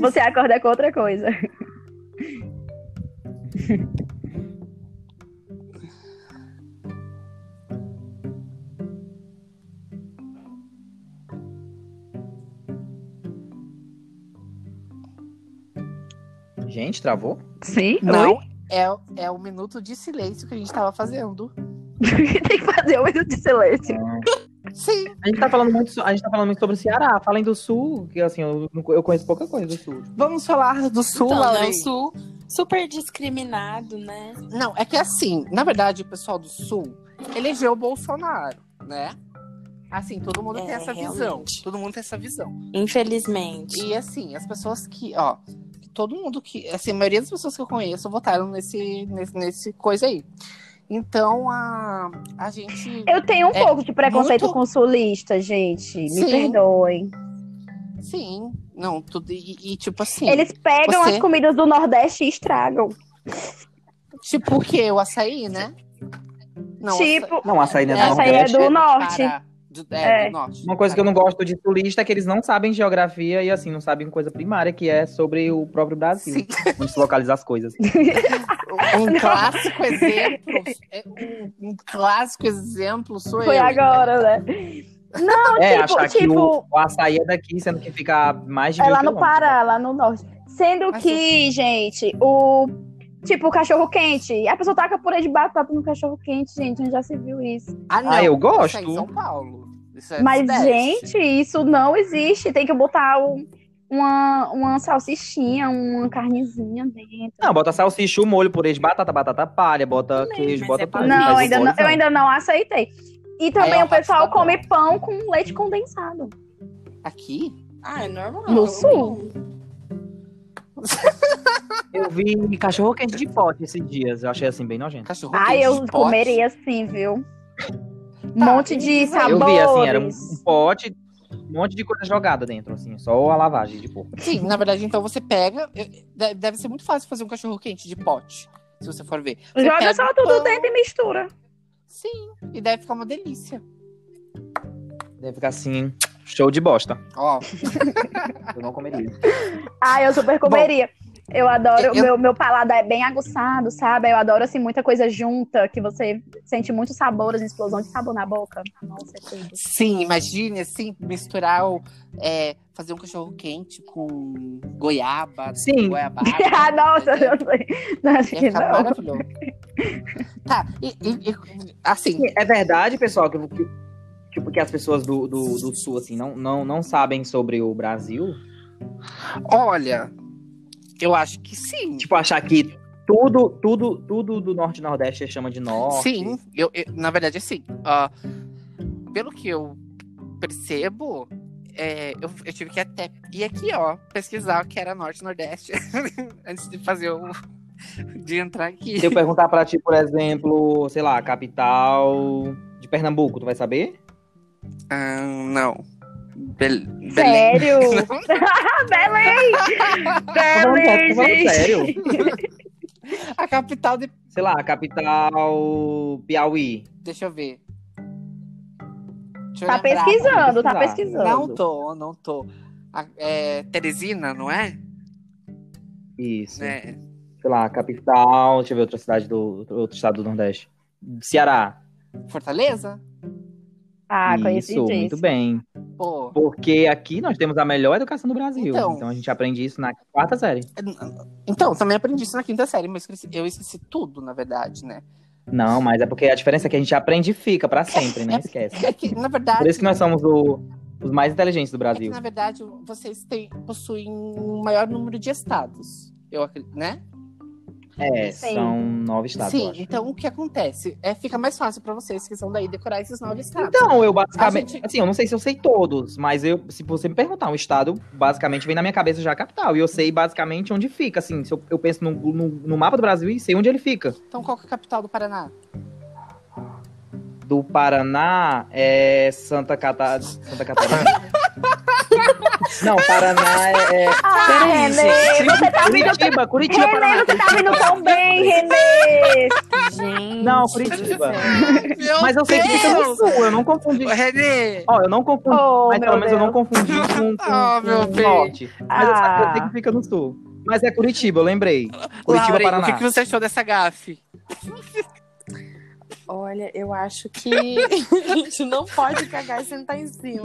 [SPEAKER 2] Você acorda com outra coisa.
[SPEAKER 3] assim. Gente, travou?
[SPEAKER 2] Sim?
[SPEAKER 1] Não. É, é o minuto de silêncio que a gente tava fazendo.
[SPEAKER 2] Tem que fazer um minuto de silêncio.
[SPEAKER 1] Sim.
[SPEAKER 3] É. A gente tá falando muito, so- a gente tá falando muito sobre o Ceará. Falem do sul, que assim, eu, não- eu conheço pouca coisa do sul.
[SPEAKER 1] Vamos falar do sul,
[SPEAKER 4] Então, né,
[SPEAKER 1] Lauren.
[SPEAKER 4] o Sul super discriminado, né?
[SPEAKER 1] Não, é que assim, na verdade, o pessoal do Sul elegeu o Bolsonaro, né? Assim, todo mundo
[SPEAKER 4] É,
[SPEAKER 1] tem essa visão.
[SPEAKER 4] realmente.
[SPEAKER 1] Todo mundo tem essa visão.
[SPEAKER 4] Infelizmente.
[SPEAKER 1] E assim, as pessoas que, ó, todo mundo que, assim, a maioria das pessoas que eu conheço votaram nesse, nesse, nesse coisa aí. Então, a, a gente.
[SPEAKER 2] Eu tenho um
[SPEAKER 1] É,
[SPEAKER 2] pouco de preconceito
[SPEAKER 1] muito-
[SPEAKER 2] com sulista, gente. Me
[SPEAKER 1] Sim.
[SPEAKER 2] perdoem.
[SPEAKER 1] Sim, não, tudo. E, e, tipo assim.
[SPEAKER 2] Eles pegam
[SPEAKER 1] Você-
[SPEAKER 2] as comidas do Nordeste e estragam.
[SPEAKER 1] Tipo o quê? O açaí, né? o
[SPEAKER 2] tipo,
[SPEAKER 3] Não, açaí não é do
[SPEAKER 2] Açaí é
[SPEAKER 3] Nordeste.
[SPEAKER 2] do Norte.
[SPEAKER 1] Pará. Do, é,
[SPEAKER 2] É.
[SPEAKER 1] do norte.
[SPEAKER 3] Uma coisa que eu não gosto de sulista é que eles não sabem geografia e assim, não sabem coisa primária, que é sobre o próprio Brasil,
[SPEAKER 1] Sim.
[SPEAKER 3] onde se localiza as coisas.
[SPEAKER 1] Um clássico exemplo. é, um- Um clássico exemplo sou
[SPEAKER 2] Foi
[SPEAKER 1] eu.
[SPEAKER 2] agora, né?
[SPEAKER 3] é,
[SPEAKER 2] tipo-
[SPEAKER 3] achar que o,
[SPEAKER 2] tipo-
[SPEAKER 3] o açaí é daqui, sendo que fica a mais de
[SPEAKER 2] É
[SPEAKER 3] mil
[SPEAKER 2] lá no
[SPEAKER 3] quilômetros.
[SPEAKER 2] Pará, lá no norte. Sendo
[SPEAKER 1] né? Mas
[SPEAKER 2] que, gente, o. Tipo, o cachorro quente. A pessoa taca purê de batata no cachorro quente, gente. Onde já se viu isso?
[SPEAKER 1] Ah, não.
[SPEAKER 3] Ah, eu
[SPEAKER 1] Isso é em São
[SPEAKER 3] gosto.
[SPEAKER 1] Paulo. Isso é
[SPEAKER 2] Mas,
[SPEAKER 1] Sudeste.
[SPEAKER 2] gente, isso não existe. Tem que botar um- uma, uma salsichinha, uma carnezinha dentro.
[SPEAKER 3] Não, bota salsicha, o molho, purê de batata, batata palha, bota queijo,
[SPEAKER 4] mas
[SPEAKER 3] bota
[SPEAKER 4] é
[SPEAKER 3] tudo.
[SPEAKER 4] Aí
[SPEAKER 2] Não,
[SPEAKER 3] mas o
[SPEAKER 2] ainda
[SPEAKER 3] molho
[SPEAKER 2] não, eu ainda não aceitei. E também
[SPEAKER 1] então. é uma
[SPEAKER 2] o pessoal
[SPEAKER 1] parte da
[SPEAKER 2] come pão com leite condensado.
[SPEAKER 1] Aqui?
[SPEAKER 4] Ah, é normal.
[SPEAKER 2] No sul?
[SPEAKER 3] Eu vi cachorro quente de pote esses dias, eu achei assim bem nojento.
[SPEAKER 1] um Cachorro
[SPEAKER 2] Ai,
[SPEAKER 1] quente
[SPEAKER 2] eu
[SPEAKER 1] de pote.
[SPEAKER 2] comeria sim, viu?
[SPEAKER 1] Tá,
[SPEAKER 2] Um monte de
[SPEAKER 3] Eu
[SPEAKER 2] sabores.
[SPEAKER 3] vi assim, era um um pote, um monte de coisa jogada dentro, assim, só a lavagem de porco.
[SPEAKER 1] Sim, na verdade, então você pega. eu- de- Deve ser muito fácil fazer um cachorro quente de pote, se você for ver. Você
[SPEAKER 2] Joga
[SPEAKER 1] pega
[SPEAKER 2] só
[SPEAKER 1] o
[SPEAKER 2] tudo
[SPEAKER 1] pão,
[SPEAKER 2] dentro e mistura.
[SPEAKER 1] Sim, e deve ficar uma delícia.
[SPEAKER 3] Deve ficar assim, show de bosta.
[SPEAKER 1] Ó,
[SPEAKER 5] Eu não comeria.
[SPEAKER 2] Ah, eu super comeria. eu adoro,
[SPEAKER 1] eu-
[SPEAKER 2] Meu, meu paladar é bem aguçado, sabe? Eu adoro, assim, muita coisa junta, que você sente muitos sabores, explosão de sabor na boca. Nossa, é tudo.
[SPEAKER 1] sim, imagine assim, misturar o. é, fazer um cachorro quente com goiaba,
[SPEAKER 3] Sim.
[SPEAKER 1] goiaba.
[SPEAKER 2] ah, nossa, eu não sei. Não, acho
[SPEAKER 1] Ia
[SPEAKER 2] que
[SPEAKER 1] ficar
[SPEAKER 2] não.
[SPEAKER 1] maravilhoso. Tá, e, e- e- assim,
[SPEAKER 3] É verdade, pessoal, que, que, tipo, que as pessoas do, do, do sul, assim, não, não, não sabem sobre o Brasil.
[SPEAKER 1] olha, eu acho que sim.
[SPEAKER 3] Tipo, achar que tudo, tudo, tudo do norte e nordeste chama de norte.
[SPEAKER 1] Sim, eu, eu- na verdade, assim, ah, pelo que eu percebo, é, eu, eu tive que até ir aqui, ó, pesquisar o que era Norte e Nordeste antes de fazer o. de entrar aqui.
[SPEAKER 3] Se eu perguntar pra ti, por exemplo, sei lá, a capital de Pernambuco, tu vai saber?
[SPEAKER 1] Ah, não. Bel Belém.
[SPEAKER 2] Sério? Belém! Belém,
[SPEAKER 3] Tô tá, falando
[SPEAKER 2] gente!
[SPEAKER 3] sério.
[SPEAKER 1] A capital de.
[SPEAKER 3] Sei lá, a capital Piauí.
[SPEAKER 1] Deixa eu ver. Deixa eu
[SPEAKER 2] Tá
[SPEAKER 1] lembrar.
[SPEAKER 2] pesquisando, tá
[SPEAKER 3] Pesquisar.
[SPEAKER 2] pesquisando.
[SPEAKER 1] Não tô, não tô. A- é, Teresina, não é?
[SPEAKER 3] Isso.
[SPEAKER 1] É.
[SPEAKER 3] Sei lá, a capital, deixa eu ver outra cidade do outro estado do nordeste. Ceará.
[SPEAKER 1] Fortaleza?
[SPEAKER 2] Ah, conheci
[SPEAKER 3] Isso, muito
[SPEAKER 2] disso.
[SPEAKER 3] bem.
[SPEAKER 1] Pô.
[SPEAKER 3] Porque aqui nós temos a melhor educação do Brasil.
[SPEAKER 1] Então.
[SPEAKER 3] Então, a gente aprende isso na quarta série.
[SPEAKER 1] Então, também aprendi isso na quinta série, mas esqueci- eu esqueci tudo, na verdade, né?
[SPEAKER 3] Não, mas é porque a diferença é que a gente aprende e fica pra sempre, né? Esquece.
[SPEAKER 1] É que, na
[SPEAKER 3] Por
[SPEAKER 1] verdade,
[SPEAKER 3] isso que nós somos o- os mais inteligentes do
[SPEAKER 1] é que,
[SPEAKER 3] Brasil.
[SPEAKER 1] na verdade vocês têm, possuem um maior número de estados, eu acredito, né?
[SPEAKER 3] É,
[SPEAKER 2] Sim.
[SPEAKER 3] são nove estados, eu
[SPEAKER 1] Sim,
[SPEAKER 3] acho.
[SPEAKER 1] então o que acontece? É, fica mais fácil pra vocês que são daí decorar esses nove estados.
[SPEAKER 3] Então, eu basicamente.
[SPEAKER 1] A gente-
[SPEAKER 3] Assim, eu não sei se eu sei todos, mas eu, se você me perguntar, um estado basicamente vem na minha cabeça já a capital. E eu sei basicamente onde fica. Assim, se eu, eu penso no, no- no mapa do Brasil e sei onde ele fica.
[SPEAKER 1] Então, qual que é a capital do Paraná?
[SPEAKER 3] Do Paraná é Santa Catarina. Santa Catarina. não, Paraná é- é
[SPEAKER 2] Ah,
[SPEAKER 3] Peraí,
[SPEAKER 2] Renê,
[SPEAKER 3] gente.
[SPEAKER 2] você tá vindo...
[SPEAKER 3] Curitiba, Curitiba,
[SPEAKER 2] Renê,
[SPEAKER 3] Paraná.
[SPEAKER 2] você tá vindo tão bem, Renê!
[SPEAKER 4] Gente.
[SPEAKER 3] Não, Curitiba.
[SPEAKER 1] Meu
[SPEAKER 3] Mas eu sei que fica no sul, eu não confundi.
[SPEAKER 1] Renê!
[SPEAKER 3] Ó, eu não confundi,
[SPEAKER 2] Oh,
[SPEAKER 3] mas
[SPEAKER 2] meu
[SPEAKER 3] pelo menos eu não
[SPEAKER 2] Deus.
[SPEAKER 3] confundi com, com,
[SPEAKER 1] Ah, meu
[SPEAKER 3] com o
[SPEAKER 1] bem.
[SPEAKER 3] norte. Mas eu sabia eu sei
[SPEAKER 2] Ah,
[SPEAKER 3] que fica no sul. Mas é Curitiba, eu lembrei. Curitiba,
[SPEAKER 1] Lauren,
[SPEAKER 3] Paraná.
[SPEAKER 1] o que, que você achou dessa gafe?
[SPEAKER 4] Olha, eu acho que a gente não pode cagar e sentar em cima.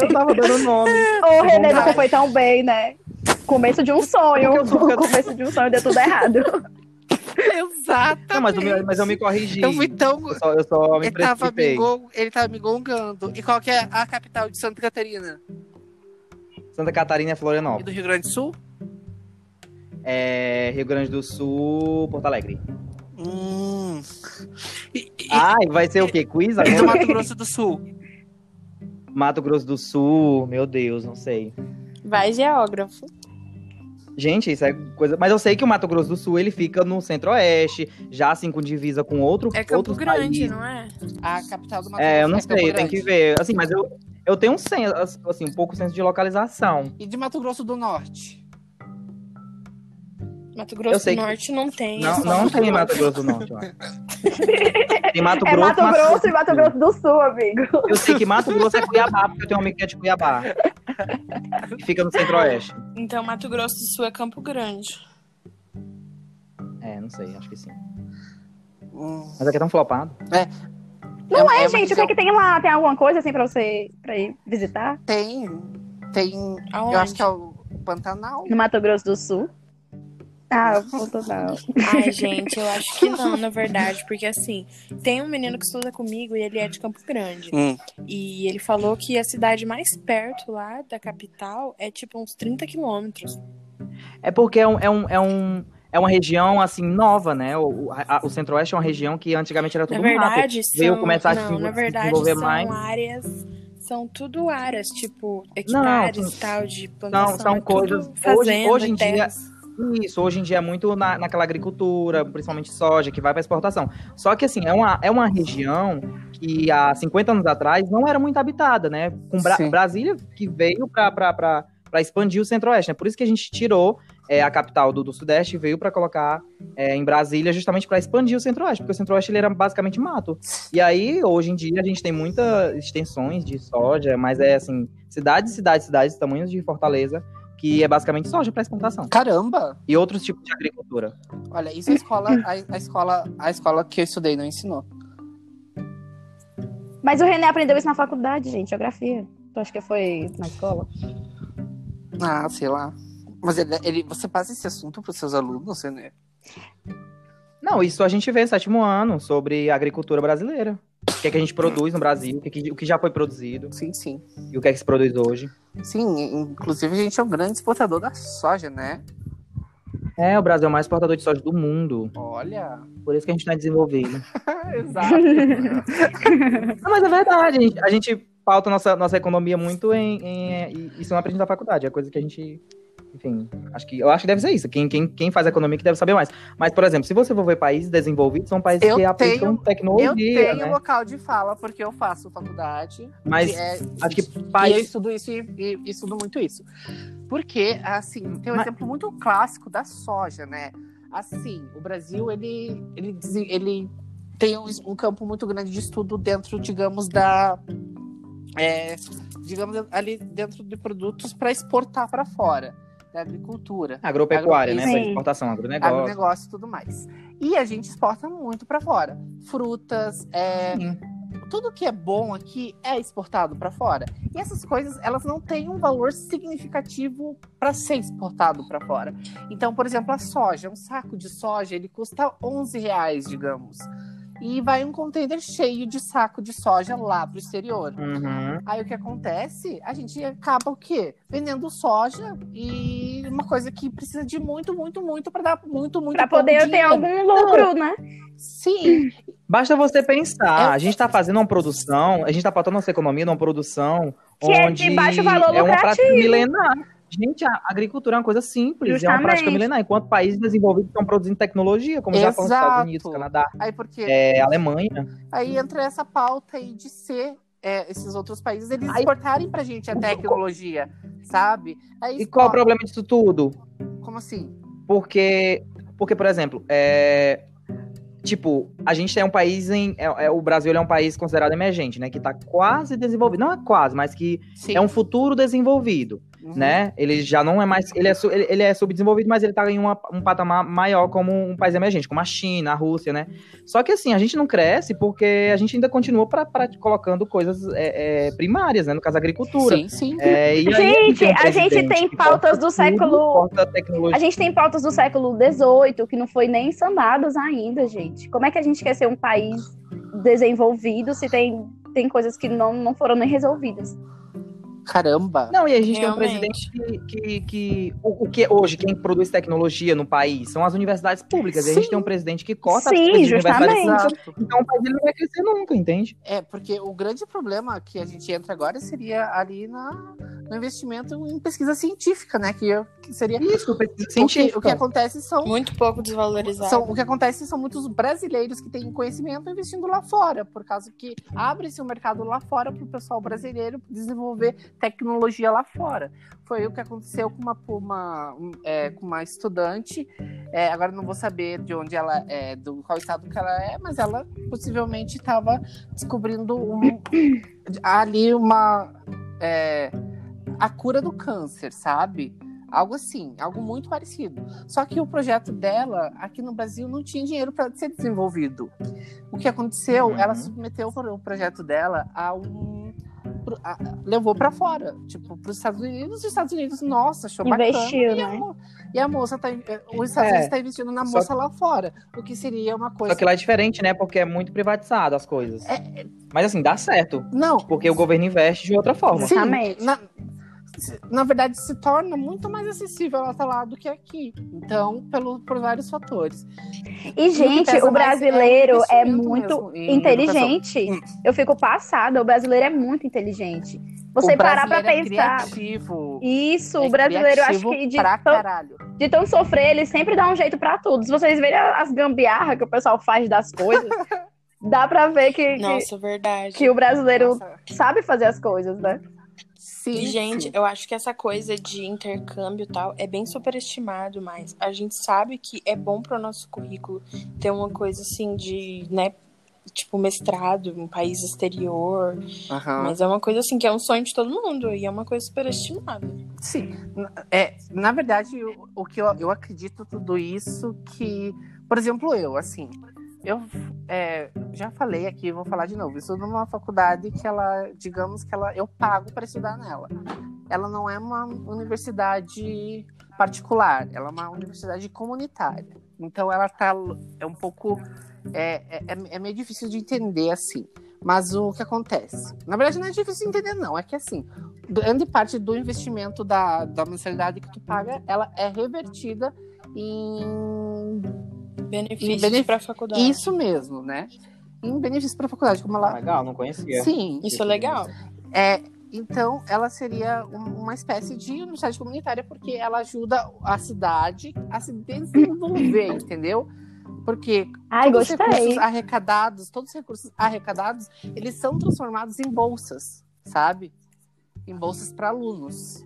[SPEAKER 3] Eu tava dando nome.
[SPEAKER 2] Ô, Renê,
[SPEAKER 1] Vontade.
[SPEAKER 2] você foi tão bem, né? Começo de um sonho. O começo de um sonho deu tudo errado.
[SPEAKER 1] Exato.
[SPEAKER 3] Não, mas eu, me- mas eu me corrigi.
[SPEAKER 1] Eu fui tão.
[SPEAKER 3] Eu só, eu só me
[SPEAKER 1] Ele tava, me
[SPEAKER 3] precipitei.
[SPEAKER 1] gol- ele tava me gongando. E qual que é a capital de Santa Catarina?
[SPEAKER 3] Santa Catarina é
[SPEAKER 1] E
[SPEAKER 3] Florianópolis.
[SPEAKER 1] do Rio Grande do Sul?
[SPEAKER 3] É Rio Grande do Sul, Porto Alegre.
[SPEAKER 1] Hum. E, e-
[SPEAKER 3] Ai, Ah, vai ser o quê? Quiz
[SPEAKER 1] e do
[SPEAKER 3] agora?
[SPEAKER 1] Mato Grosso do Sul?
[SPEAKER 3] Mato Grosso do Sul, meu Deus, não sei.
[SPEAKER 4] Vai, geógrafo.
[SPEAKER 3] Gente, isso é coisa. Mas eu sei que o Mato Grosso do Sul ele fica no centro-oeste, já assim com divisa com outro.
[SPEAKER 4] É Campo
[SPEAKER 3] outros
[SPEAKER 4] Grande,
[SPEAKER 3] países.
[SPEAKER 4] não é?
[SPEAKER 1] A capital do Mato Grosso
[SPEAKER 3] É, eu não
[SPEAKER 1] Campo
[SPEAKER 3] sei, tem
[SPEAKER 1] Grande.
[SPEAKER 3] que ver. Assim, mas eu, eu tenho um senso, assim, um pouco senso de localização.
[SPEAKER 1] E de Mato Grosso do Norte?
[SPEAKER 4] Mato
[SPEAKER 3] Eu
[SPEAKER 4] Grosso
[SPEAKER 3] sei
[SPEAKER 4] do
[SPEAKER 3] que-
[SPEAKER 4] Norte não tem. é
[SPEAKER 3] Não,
[SPEAKER 4] só
[SPEAKER 3] não
[SPEAKER 4] Mato
[SPEAKER 3] tem
[SPEAKER 4] Grosso.
[SPEAKER 3] Mato Grosso do Norte, eu acho. Tem Mato
[SPEAKER 2] É
[SPEAKER 3] Grosso.
[SPEAKER 2] Mato
[SPEAKER 3] É, Mato-
[SPEAKER 2] Grosso e Mato Grosso do Sul, amigo.
[SPEAKER 3] Eu sei que Mato Grosso é Cuiabá, porque eu tenho um amigo que é de Cuiabá. Que fica no centro-oeste.
[SPEAKER 4] Então, Mato Grosso do Sul é Campo Grande.
[SPEAKER 3] É, não sei, acho que sim.
[SPEAKER 1] Hum.
[SPEAKER 3] Mas aqui é tão flopado.
[SPEAKER 2] Não é,
[SPEAKER 1] uma
[SPEAKER 2] gente? O que,
[SPEAKER 1] visão-
[SPEAKER 2] é que tem lá? Tem alguma coisa assim pra você pra ir visitar?
[SPEAKER 1] Tem. Tem.
[SPEAKER 4] Aonde?
[SPEAKER 1] Eu acho que é o Pantanal.
[SPEAKER 2] No Mato Grosso do Sul? Ah, ponto não.
[SPEAKER 4] Ai, gente, eu acho que não, na verdade, porque assim, tem um menino que estuda comigo e ele é de Campo Grande.
[SPEAKER 1] Hum.
[SPEAKER 4] E ele falou que a cidade mais perto lá da capital é tipo uns 30 quilômetros.
[SPEAKER 3] É porque é um. É, um, é, um, é uma região, assim, nova, né? O, o- a- o centro-oeste é uma região que antigamente era
[SPEAKER 4] Na
[SPEAKER 3] tudo mato.
[SPEAKER 4] verdade,
[SPEAKER 3] Veio
[SPEAKER 4] são,
[SPEAKER 3] começar a se
[SPEAKER 4] não, na
[SPEAKER 3] desenvol- se
[SPEAKER 4] verdade,
[SPEAKER 3] desenvolver
[SPEAKER 4] são
[SPEAKER 3] mais.
[SPEAKER 4] áreas, são tudo áreas, tipo, hectares e
[SPEAKER 3] são-
[SPEAKER 4] tal, de plantação.
[SPEAKER 3] são
[SPEAKER 4] é tudo
[SPEAKER 3] coisas- hoje-
[SPEAKER 4] fazenda,
[SPEAKER 3] hoje em dia-
[SPEAKER 4] terras.
[SPEAKER 3] Isso, hoje em dia é muito na, naquela agricultura, principalmente soja, que vai para exportação. Só que, assim, é uma, é uma região que há 50 anos atrás não era muito habitada, né? Com Bra-
[SPEAKER 1] Sim.
[SPEAKER 3] Brasília, que veio para expandir o centro-oeste, né? Por isso que a gente tirou é, a capital do, do Sudeste e veio para colocar é, em Brasília, justamente para expandir o centro-oeste, porque o centro-oeste ele era basicamente mato. E aí, hoje em dia, a gente tem muitas extensões de soja, mas é assim, cidades, cidades, cidades, tamanhos de Fortaleza. Que é basicamente soja para exportação
[SPEAKER 1] Caramba!
[SPEAKER 3] e outros tipos de agricultura.
[SPEAKER 1] Olha, isso é a escola, a, a escola, a escola que eu estudei não ensinou.
[SPEAKER 2] Mas o René aprendeu isso na faculdade, gente, geografia. Tu acha que foi na escola?
[SPEAKER 1] Ah, sei lá. Mas ele, ele- você passa esse assunto para os seus alunos, né?
[SPEAKER 3] Não, isso a gente vê no sétimo ano sobre a agricultura brasileira. O que é que a gente produz no Brasil, o que, é que- o que já foi produzido
[SPEAKER 1] Sim, sim.
[SPEAKER 3] e o que é que se produz hoje.
[SPEAKER 1] Sim, inclusive a gente é um grande exportador da soja, né?
[SPEAKER 3] É, o Brasil é o mais exportador de soja do mundo.
[SPEAKER 1] Olha.
[SPEAKER 3] Por isso que a gente não é desenvolvido.
[SPEAKER 1] Exato.
[SPEAKER 3] não, mas é verdade, a gente, a gente pauta nossa, nossa economia muito em, em- e Isso não aprende na faculdade, é coisa que a gente. Enfim, acho que, eu acho que deve ser isso. Quem, quem, quem faz economia que deve saber mais. Mas, por exemplo, se você for ver países desenvolvidos, são países
[SPEAKER 1] Eu
[SPEAKER 3] que aplicam
[SPEAKER 1] tenho-
[SPEAKER 3] tecnologia,
[SPEAKER 1] Eu tenho
[SPEAKER 3] né?
[SPEAKER 1] local de fala, porque eu faço faculdade.
[SPEAKER 3] Mas
[SPEAKER 1] que é-
[SPEAKER 3] acho que
[SPEAKER 1] E eu
[SPEAKER 3] países
[SPEAKER 1] estudo isso e, e- e estudo muito isso. Porque, assim, tem um
[SPEAKER 3] Mas-
[SPEAKER 1] exemplo muito clássico da soja, né? Assim, o Brasil, ele, ele, desen- ele tem um, es- um campo muito grande de estudo dentro, digamos, da... é, digamos, ali dentro de produtos para exportar para fora, da agricultura.
[SPEAKER 3] Agropecuária,
[SPEAKER 1] Agro-
[SPEAKER 3] né? Pra
[SPEAKER 2] Sim.
[SPEAKER 3] exportação, agronegócio.
[SPEAKER 1] agronegócio e tudo mais. E a gente exporta muito para fora. Frutas, é,
[SPEAKER 3] Sim.
[SPEAKER 1] tudo que é bom aqui é exportado para fora. E essas coisas, elas não têm um valor significativo para ser exportado para fora. Então, por exemplo, a soja, um saco de soja, ele custa 11 reais, digamos. E vai um container cheio de saco de soja lá para o exterior.
[SPEAKER 3] Uhum.
[SPEAKER 1] Aí o que acontece? A gente acaba o quê? Vendendo soja e uma coisa que precisa de muito, muito, muito para dar muito, muito
[SPEAKER 2] Pra
[SPEAKER 1] pouco
[SPEAKER 2] poder eu ter
[SPEAKER 1] dinheiro.
[SPEAKER 2] algum lucro, né?
[SPEAKER 1] Sim,
[SPEAKER 3] Basta você pensar,
[SPEAKER 1] Eu-
[SPEAKER 3] a gente tá fazendo uma produção, a gente tá botando nossa economia numa produção
[SPEAKER 2] Que é de
[SPEAKER 3] onde
[SPEAKER 2] baixo valor
[SPEAKER 3] é uma prática
[SPEAKER 2] lucrativo.
[SPEAKER 3] milenar. Gente, a agricultura é uma coisa simples, é uma prática
[SPEAKER 2] Justamente.
[SPEAKER 3] milenar. Enquanto países desenvolvidos estão produzindo tecnologia, como Japão,
[SPEAKER 1] Exato.
[SPEAKER 3] Estados Unidos, Canadá,
[SPEAKER 1] aí porque
[SPEAKER 3] é, Alemanha.
[SPEAKER 1] aí entra essa pauta aí de ser é, esses outros países eles
[SPEAKER 3] Aí-
[SPEAKER 1] exportarem pra gente a tecnologia, sabe? Aí
[SPEAKER 3] E qual é o
[SPEAKER 1] exporta-
[SPEAKER 3] problema disso tudo?
[SPEAKER 1] Como assim?
[SPEAKER 3] Porque, porque por exemplo, é, tipo, a gente é um país em. é- é- o Brasil ele é um país considerado emergente, né? Que tá quase desenvolvido. Não é quase, mas que
[SPEAKER 1] Sim.
[SPEAKER 3] é um futuro desenvolvido,
[SPEAKER 1] Uhum.
[SPEAKER 3] né? Ele já não é mais. Ele é, su- ele, ele é subdesenvolvido, mas ele tá em uma- um patamar maior como um país emergente, como a China, a Rússia, né? Só que assim, a gente não cresce porque a gente ainda continua pra, pra- colocando coisas é, é, primárias, né? No caso, a agricultura.
[SPEAKER 1] Sim, sim.
[SPEAKER 3] É, e aí
[SPEAKER 2] Gente,
[SPEAKER 3] tem um
[SPEAKER 2] a gente
[SPEAKER 3] presidente
[SPEAKER 2] tem
[SPEAKER 3] que
[SPEAKER 2] pautas
[SPEAKER 3] corta
[SPEAKER 2] do
[SPEAKER 3] tudo,
[SPEAKER 2] século.
[SPEAKER 3] corta a tecnologia.
[SPEAKER 2] A gente tem pautas do século XVIII que não foi nem sanadas ainda, gente. Como é que a gente quer ser um país desenvolvido se tem, tem coisas que não, não foram nem resolvidas?
[SPEAKER 1] Caramba.
[SPEAKER 3] Não, e a gente tem um
[SPEAKER 4] Realmente.
[SPEAKER 3] presidente que. que, que- o, o que hoje, quem produz tecnologia no país são as universidades públicas. E a gente
[SPEAKER 1] Sim.
[SPEAKER 3] tem um presidente que corta
[SPEAKER 2] Sim,
[SPEAKER 3] as coisas de universidades
[SPEAKER 2] justamente.
[SPEAKER 3] públicas.
[SPEAKER 1] Exato.
[SPEAKER 3] Então o país ele não vai crescer nunca, entende?
[SPEAKER 1] É, porque o grande problema que a gente entra agora seria ali na, no investimento em pesquisa científica, né? Que, eu- que seria
[SPEAKER 3] Isso, pesquisa
[SPEAKER 1] o que, o que
[SPEAKER 3] científica.
[SPEAKER 1] acontece são
[SPEAKER 4] Muito pouco desvalorizado.
[SPEAKER 1] São- o que acontece são muitos brasileiros que têm conhecimento investindo lá fora, por causa que abre-se o mercado lá fora para o pessoal brasileiro desenvolver tecnologia lá fora. Foi o que aconteceu com uma, com uma, um, é, com uma estudante, é, agora não vou saber de onde ela é, do qual estado que ela é, mas ela possivelmente estava descobrindo um- ali uma. é, a cura do câncer, sabe? Algo assim, algo muito parecido. Só que o projeto dela, aqui no Brasil, não tinha dinheiro para ser desenvolvido. O que aconteceu,
[SPEAKER 5] Uhum.
[SPEAKER 1] ela submeteu o projeto dela a um. pro- a- levou para fora, tipo, para os Estados Unidos. Os Estados Unidos, nossa, achou
[SPEAKER 2] Investiu,
[SPEAKER 1] bacana. E, a
[SPEAKER 2] né?
[SPEAKER 1] mo- e a moça tá. in- Os Estados
[SPEAKER 3] É.
[SPEAKER 1] Unidos tá investindo na
[SPEAKER 3] Só
[SPEAKER 1] moça lá fora, o que seria uma coisa.
[SPEAKER 3] Só que lá é diferente, né? Porque é muito privatizado as coisas. Mas assim, dá certo.
[SPEAKER 1] Não,
[SPEAKER 3] Porque o governo investe de outra forma.
[SPEAKER 1] Sim,
[SPEAKER 2] Exatamente.
[SPEAKER 1] na, se- na verdade, se torna muito mais acessível ela tá lá do que aqui. Então, pelo, por vários fatores.
[SPEAKER 2] E,
[SPEAKER 1] que
[SPEAKER 2] gente,
[SPEAKER 1] pesa
[SPEAKER 2] o
[SPEAKER 1] mais é
[SPEAKER 2] brasileiro é,
[SPEAKER 1] investimento
[SPEAKER 2] muito
[SPEAKER 1] mesmo em Hum.
[SPEAKER 2] inteligente. Eu fico passada, o brasileiro é muito inteligente. Você
[SPEAKER 1] O
[SPEAKER 2] parar pra
[SPEAKER 1] brasileiro
[SPEAKER 2] pensar.
[SPEAKER 1] É criativo.
[SPEAKER 2] Isso,
[SPEAKER 1] É
[SPEAKER 2] o brasileiro, eu acho
[SPEAKER 1] criativo
[SPEAKER 2] que de
[SPEAKER 1] pra
[SPEAKER 2] tanto
[SPEAKER 1] caralho.
[SPEAKER 2] de tão sofrer, ele sempre dá um jeito pra tudo. Se vocês verem as gambiarras que o pessoal faz das coisas, dá pra ver que, que-
[SPEAKER 4] Nossa, verdade.
[SPEAKER 2] que o brasileiro
[SPEAKER 4] Nossa.
[SPEAKER 2] sabe fazer as coisas, né?
[SPEAKER 1] Sim,
[SPEAKER 4] E, gente,
[SPEAKER 1] sim.
[SPEAKER 4] eu acho que essa coisa de intercâmbio e tal é bem superestimado, mas a gente sabe que é bom pro nosso currículo ter uma coisa assim de, né, tipo mestrado em país exterior,
[SPEAKER 1] Aham.
[SPEAKER 4] mas é uma coisa assim que é um sonho de todo mundo e é uma coisa superestimada.
[SPEAKER 1] Sim, na- é, na verdade, o, o que eu, eu acredito tudo isso que, por exemplo, eu, assim, eu é, já falei aqui, vou falar de novo, isso numa faculdade que ela, digamos que ela, eu pago para estudar nela. Ela não é uma universidade particular, ela é uma universidade comunitária. Então ela tá é um pouco é, é, é meio difícil de entender assim. Mas o que acontece? Na verdade não é difícil de entender não, é que assim grande parte do investimento da, da mensalidade que tu paga, ela é revertida em
[SPEAKER 4] Benefícios
[SPEAKER 1] benef-
[SPEAKER 4] pra faculdade.
[SPEAKER 1] isso mesmo, né? Em benefício para a faculdade, como
[SPEAKER 2] Ah,
[SPEAKER 1] ela.
[SPEAKER 3] Ah, Legal, não conhecia.
[SPEAKER 1] Sim.
[SPEAKER 4] Isso é legal.
[SPEAKER 1] É, então, ela seria um- uma espécie de universidade comunitária, porque ela ajuda a cidade a se desenvolver, entendeu? Porque
[SPEAKER 2] Ai,
[SPEAKER 1] todos os recursos
[SPEAKER 2] gostei.
[SPEAKER 1] arrecadados, todos os recursos arrecadados, eles são transformados em bolsas, sabe? Em bolsas para alunos.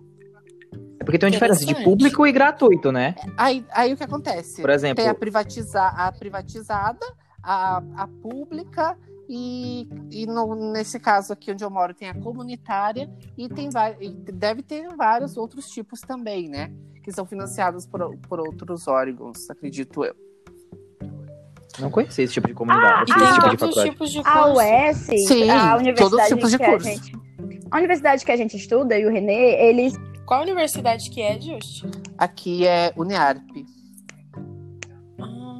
[SPEAKER 3] É porque tem uma diferença de
[SPEAKER 4] Interessante.
[SPEAKER 3] público e gratuito, né?
[SPEAKER 1] Aí, aí o que acontece?
[SPEAKER 3] Por exemplo-
[SPEAKER 1] Tem É. a, privatiza, a privatizada, a, a pública e, e no- nesse caso aqui onde eu moro tem a comunitária e tem vai- e deve ter vários outros tipos também, né? Que são financiados por, por outros órgãos, acredito eu.
[SPEAKER 3] Não conhecia esse tipo de comunidade,
[SPEAKER 4] E
[SPEAKER 3] esse
[SPEAKER 4] tem
[SPEAKER 3] tipo de
[SPEAKER 4] todos os
[SPEAKER 3] faculdade.
[SPEAKER 4] tipos de
[SPEAKER 2] A
[SPEAKER 4] curso.
[SPEAKER 2] UES,
[SPEAKER 1] Ah, Sim,
[SPEAKER 2] a
[SPEAKER 1] todos os
[SPEAKER 2] universidade
[SPEAKER 1] tipos de
[SPEAKER 2] que a
[SPEAKER 1] curso.
[SPEAKER 2] gente... A universidade que a gente estuda e o Renê, eles...
[SPEAKER 4] Qual universidade que é, Just?
[SPEAKER 1] Aqui é Uniarp.
[SPEAKER 4] Ah,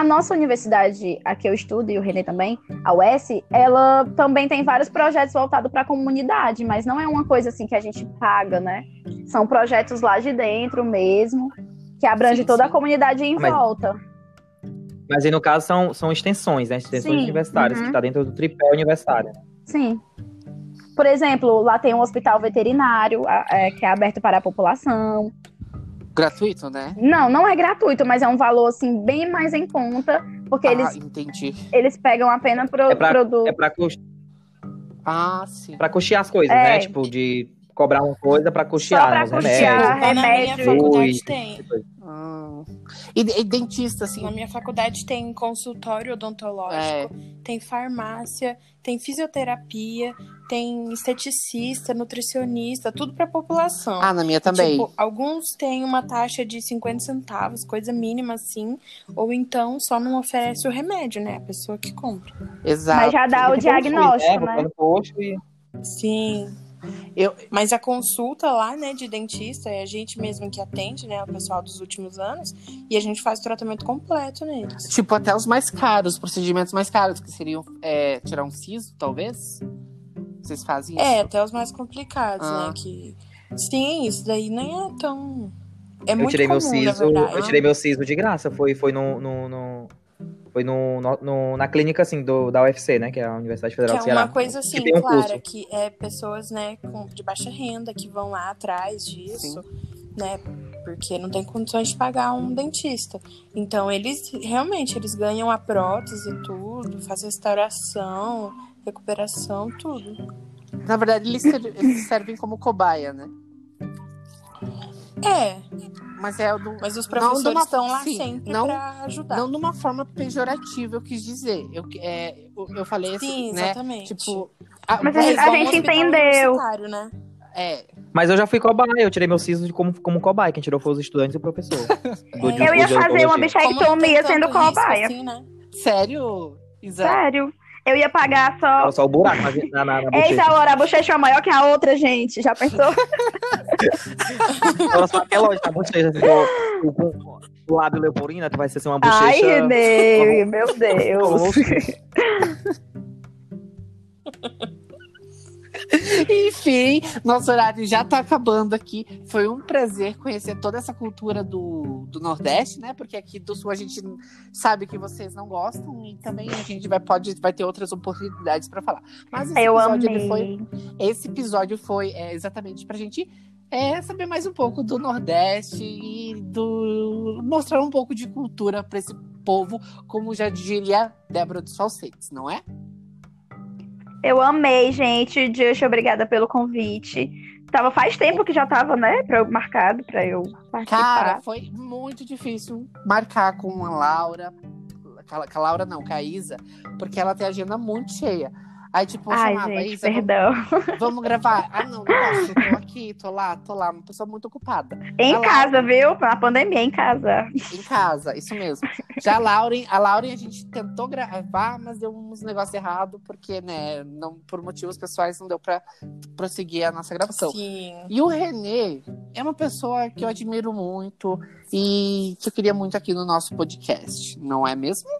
[SPEAKER 2] A nossa universidade, a que eu estudo e o Renê também, a UES, ela também tem vários projetos voltados para a comunidade, mas não é uma coisa assim que a gente paga, né? São projetos lá de dentro mesmo, que abrange
[SPEAKER 1] Sim,
[SPEAKER 2] toda
[SPEAKER 1] sim.
[SPEAKER 2] a comunidade em
[SPEAKER 3] Mas-
[SPEAKER 2] volta.
[SPEAKER 3] Mas aí, no caso, são, são extensões, né? Extensões
[SPEAKER 2] Sim,
[SPEAKER 3] universitárias,
[SPEAKER 2] uhum.
[SPEAKER 3] que tá dentro do tripé universitário.
[SPEAKER 2] Sim. Por exemplo, lá tem um hospital veterinário a- é, que é aberto para a população.
[SPEAKER 1] Gratuito, né?
[SPEAKER 2] Não, não é gratuito, mas é um valor assim bem mais em conta, porque
[SPEAKER 1] Ah,
[SPEAKER 2] eles,
[SPEAKER 1] entendi.
[SPEAKER 2] eles pegam apenas pro,
[SPEAKER 3] É pra-
[SPEAKER 2] produto.
[SPEAKER 3] É pra, cus-
[SPEAKER 1] Ah, sim.
[SPEAKER 3] pra custear as coisas,
[SPEAKER 2] É.
[SPEAKER 3] né? Tipo, de cobrar uma coisa pra né? custear
[SPEAKER 2] pra
[SPEAKER 3] os
[SPEAKER 2] custear.
[SPEAKER 3] remédios.
[SPEAKER 4] desculpa, Ah, na minha
[SPEAKER 2] remédio.
[SPEAKER 4] é. faculdade
[SPEAKER 3] Ui.
[SPEAKER 4] tem.
[SPEAKER 1] Ah. E, e dentista, assim,
[SPEAKER 4] Na minha faculdade tem consultório odontológico,
[SPEAKER 1] É.
[SPEAKER 4] tem farmácia, tem fisioterapia, tem esteticista, nutricionista, tudo pra população.
[SPEAKER 1] Ah, na minha também.
[SPEAKER 4] Tipo, alguns têm uma taxa de 50 centavos, coisa mínima assim, ou então só não oferece o remédio, né? A pessoa que compra.
[SPEAKER 1] Exato.
[SPEAKER 2] Mas já dá Ah, o diagnóstico,
[SPEAKER 3] né?
[SPEAKER 2] né?
[SPEAKER 3] No posto e...
[SPEAKER 4] Sim.
[SPEAKER 1] Eu-
[SPEAKER 4] Mas a consulta lá, né, de dentista, é a gente mesmo que atende, né, o pessoal dos últimos anos, e a gente faz o tratamento completo neles.
[SPEAKER 1] Tipo, até os mais caros, os procedimentos mais caros, que seriam é, tirar um siso, talvez? Vocês fazem isso?
[SPEAKER 4] É, até os mais complicados,
[SPEAKER 1] Ah.
[SPEAKER 4] né? Que... Sim, isso daí nem é tão. É
[SPEAKER 3] Eu
[SPEAKER 4] muito
[SPEAKER 3] tirei
[SPEAKER 4] comum,
[SPEAKER 3] meu
[SPEAKER 4] na
[SPEAKER 3] siso,
[SPEAKER 4] verdade. né,
[SPEAKER 3] eu tirei meu siso de graça, foi, foi no, no, no, Foi no, no- no- na clínica, assim, do, da UFC, né? Que é a Universidade
[SPEAKER 4] Que
[SPEAKER 3] Federal
[SPEAKER 4] é
[SPEAKER 3] do Ceará.
[SPEAKER 4] uma coisa assim,
[SPEAKER 3] tem um
[SPEAKER 4] clara,
[SPEAKER 3] curso.
[SPEAKER 4] que é pessoas, né, com, de baixa renda que vão lá atrás disso, né? Porque não tem condições de pagar um dentista. Então, eles realmente eles ganham a prótese e tudo, faz restauração, recuperação, tudo.
[SPEAKER 1] Na verdade, eles, ser- eles servem como cobaia, né?
[SPEAKER 4] É,
[SPEAKER 1] Mas é do,
[SPEAKER 4] mas tá. os
[SPEAKER 1] Não de
[SPEAKER 4] professores
[SPEAKER 1] uma-
[SPEAKER 4] estão lá
[SPEAKER 1] sim,
[SPEAKER 4] sempre
[SPEAKER 1] não-
[SPEAKER 4] pra ajudar.
[SPEAKER 1] não de uma forma pejorativa, eu quis dizer. Eu, que- é, eu, eu falei assim,
[SPEAKER 4] Sim,
[SPEAKER 1] né?
[SPEAKER 4] exatamente.
[SPEAKER 1] Tipo, a,
[SPEAKER 2] Mas
[SPEAKER 4] É
[SPEAKER 2] a
[SPEAKER 1] vocês
[SPEAKER 2] gente-
[SPEAKER 1] vão
[SPEAKER 4] igual
[SPEAKER 1] ao
[SPEAKER 4] um hospital
[SPEAKER 2] entendeu.
[SPEAKER 4] universitário, Né?
[SPEAKER 1] É,
[SPEAKER 3] Mas eu já fui cobaia, eu tirei meu siso de como, como cobaia. Quem tirou foi os estudantes e o professor. do- de-
[SPEAKER 2] Eu ia fazer
[SPEAKER 3] de
[SPEAKER 2] uma
[SPEAKER 3] odontologia.
[SPEAKER 4] Como não tem
[SPEAKER 2] bichectomia
[SPEAKER 4] tanto
[SPEAKER 2] sendo
[SPEAKER 4] risco,
[SPEAKER 2] cobaia.
[SPEAKER 4] assim, né?
[SPEAKER 1] sério, Isa?
[SPEAKER 2] Sério. Eu ia pagar só.
[SPEAKER 3] Era só o buraco na, na, na
[SPEAKER 2] Eita,
[SPEAKER 3] bochecha.
[SPEAKER 2] Laura, a bochecha é maior que a outra, gente. Já pensou?
[SPEAKER 3] Era só até longe na bochecha. assim, o, o, o lábio leporina, tu vai ser assim, uma bochecha...
[SPEAKER 2] Ai, né? Renê,
[SPEAKER 3] Vamos-
[SPEAKER 2] meu Deus.
[SPEAKER 1] Enfim, nosso horário já tá acabando aqui. Foi um prazer conhecer toda essa cultura do, do Nordeste, né? Porque aqui do Sul a gente sabe que vocês não gostam e também a gente vai, pode, vai ter outras oportunidades para falar. Mas esse
[SPEAKER 2] Eu
[SPEAKER 1] episódio, ele
[SPEAKER 2] amei.
[SPEAKER 1] foi esse episódio foi é, exatamente pra gente é, saber mais um pouco do Nordeste e do mostrar um pouco de cultura pra esse povo, como já diria Débora dos Falsetes, não é?
[SPEAKER 2] Eu amei, gente. Just, obrigada pelo convite. Tava faz tempo que já tava, né? Pra eu, marcado pra eu
[SPEAKER 1] Cara,
[SPEAKER 2] participar.
[SPEAKER 1] foi muito difícil marcar com a Laura, com a- com a Laura não, com a Isa, porque ela tem a agenda muito cheia. Aí, tipo, eu
[SPEAKER 2] Ai,
[SPEAKER 1] chamava,
[SPEAKER 2] gente,
[SPEAKER 1] Isa, vamos,
[SPEAKER 2] perdão.
[SPEAKER 1] vamos gravar. Ah, não, não posso, tô aqui, tô lá, tô lá, uma pessoa muito ocupada.
[SPEAKER 2] Em
[SPEAKER 1] Olha lá.
[SPEAKER 2] casa, viu? Na pandemia, em casa.
[SPEAKER 1] Em casa, isso mesmo. Já a Lauren, a Lauren a gente tentou gravar, mas deu uns negócios errados, porque, né, não, por motivos pessoais não deu pra prosseguir a nossa gravação.
[SPEAKER 4] Sim.
[SPEAKER 1] E o Renê é uma pessoa que eu admiro muito e que eu queria muito aqui no nosso podcast, não é mesmo?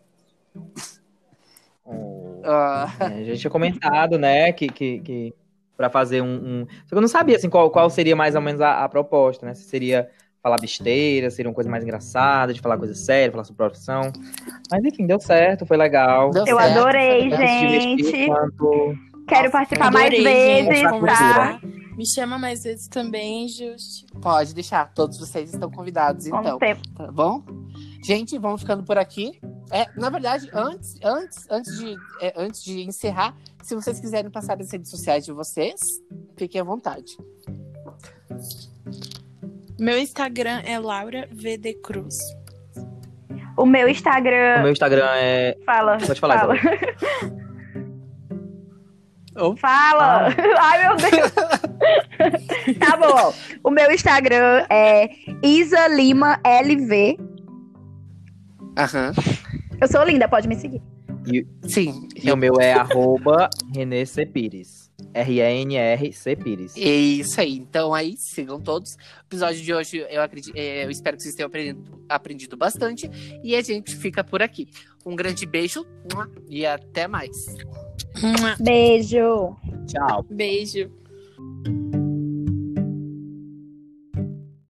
[SPEAKER 1] Ah,
[SPEAKER 3] É, já tinha comentado, né, que, que, que para fazer um, um- Só que eu não sabia, assim, qual, qual seria mais ou menos a, a proposta, né? Se seria falar besteira, seria uma coisa mais engraçada, de falar coisa séria, falar sobre profissão. Mas, enfim, deu certo, foi legal.
[SPEAKER 1] Deu
[SPEAKER 2] Eu
[SPEAKER 1] certo,
[SPEAKER 2] adorei,
[SPEAKER 1] foi
[SPEAKER 3] Tanto se divertir
[SPEAKER 2] gente.
[SPEAKER 3] quanto-
[SPEAKER 2] Quero
[SPEAKER 1] Nossa,
[SPEAKER 2] participar
[SPEAKER 4] adorei,
[SPEAKER 2] mais
[SPEAKER 4] gente,
[SPEAKER 2] vezes, tá?
[SPEAKER 4] conversar. Me chama mais vezes também, Just.
[SPEAKER 1] pode deixar, todos vocês estão convidados,
[SPEAKER 2] Com
[SPEAKER 1] então.
[SPEAKER 2] tempo.
[SPEAKER 1] Tá bom? Gente, vamos ficando por aqui. É, na verdade, antes, antes, antes, de, é, antes de encerrar, se vocês quiserem passar as redes sociais de vocês, fiquem à vontade.
[SPEAKER 4] Meu Instagram é Laura VD Cruz.
[SPEAKER 2] O meu
[SPEAKER 3] O
[SPEAKER 2] Instagram.
[SPEAKER 3] meu Instagram é.
[SPEAKER 2] Fala.
[SPEAKER 3] Pode falar,
[SPEAKER 2] Fala.
[SPEAKER 7] Oh.
[SPEAKER 2] Fala. Ai, meu Deus. tá bom. O meu Instagram é Isa Lima LV.
[SPEAKER 1] Aham.
[SPEAKER 2] Eu sou linda, pode me seguir.
[SPEAKER 1] Sim.
[SPEAKER 3] E o meu é arroba Renê C. Pires. R-E-N-R C. Pires.
[SPEAKER 1] É isso aí. Então aí, sigam todos. O episódio de hoje, eu, acredito, é, eu espero que vocês tenham aprendido, aprendido bastante. E a gente fica por aqui. Um grande beijo e até mais.
[SPEAKER 2] Beijo.
[SPEAKER 3] Tchau.
[SPEAKER 4] Beijo.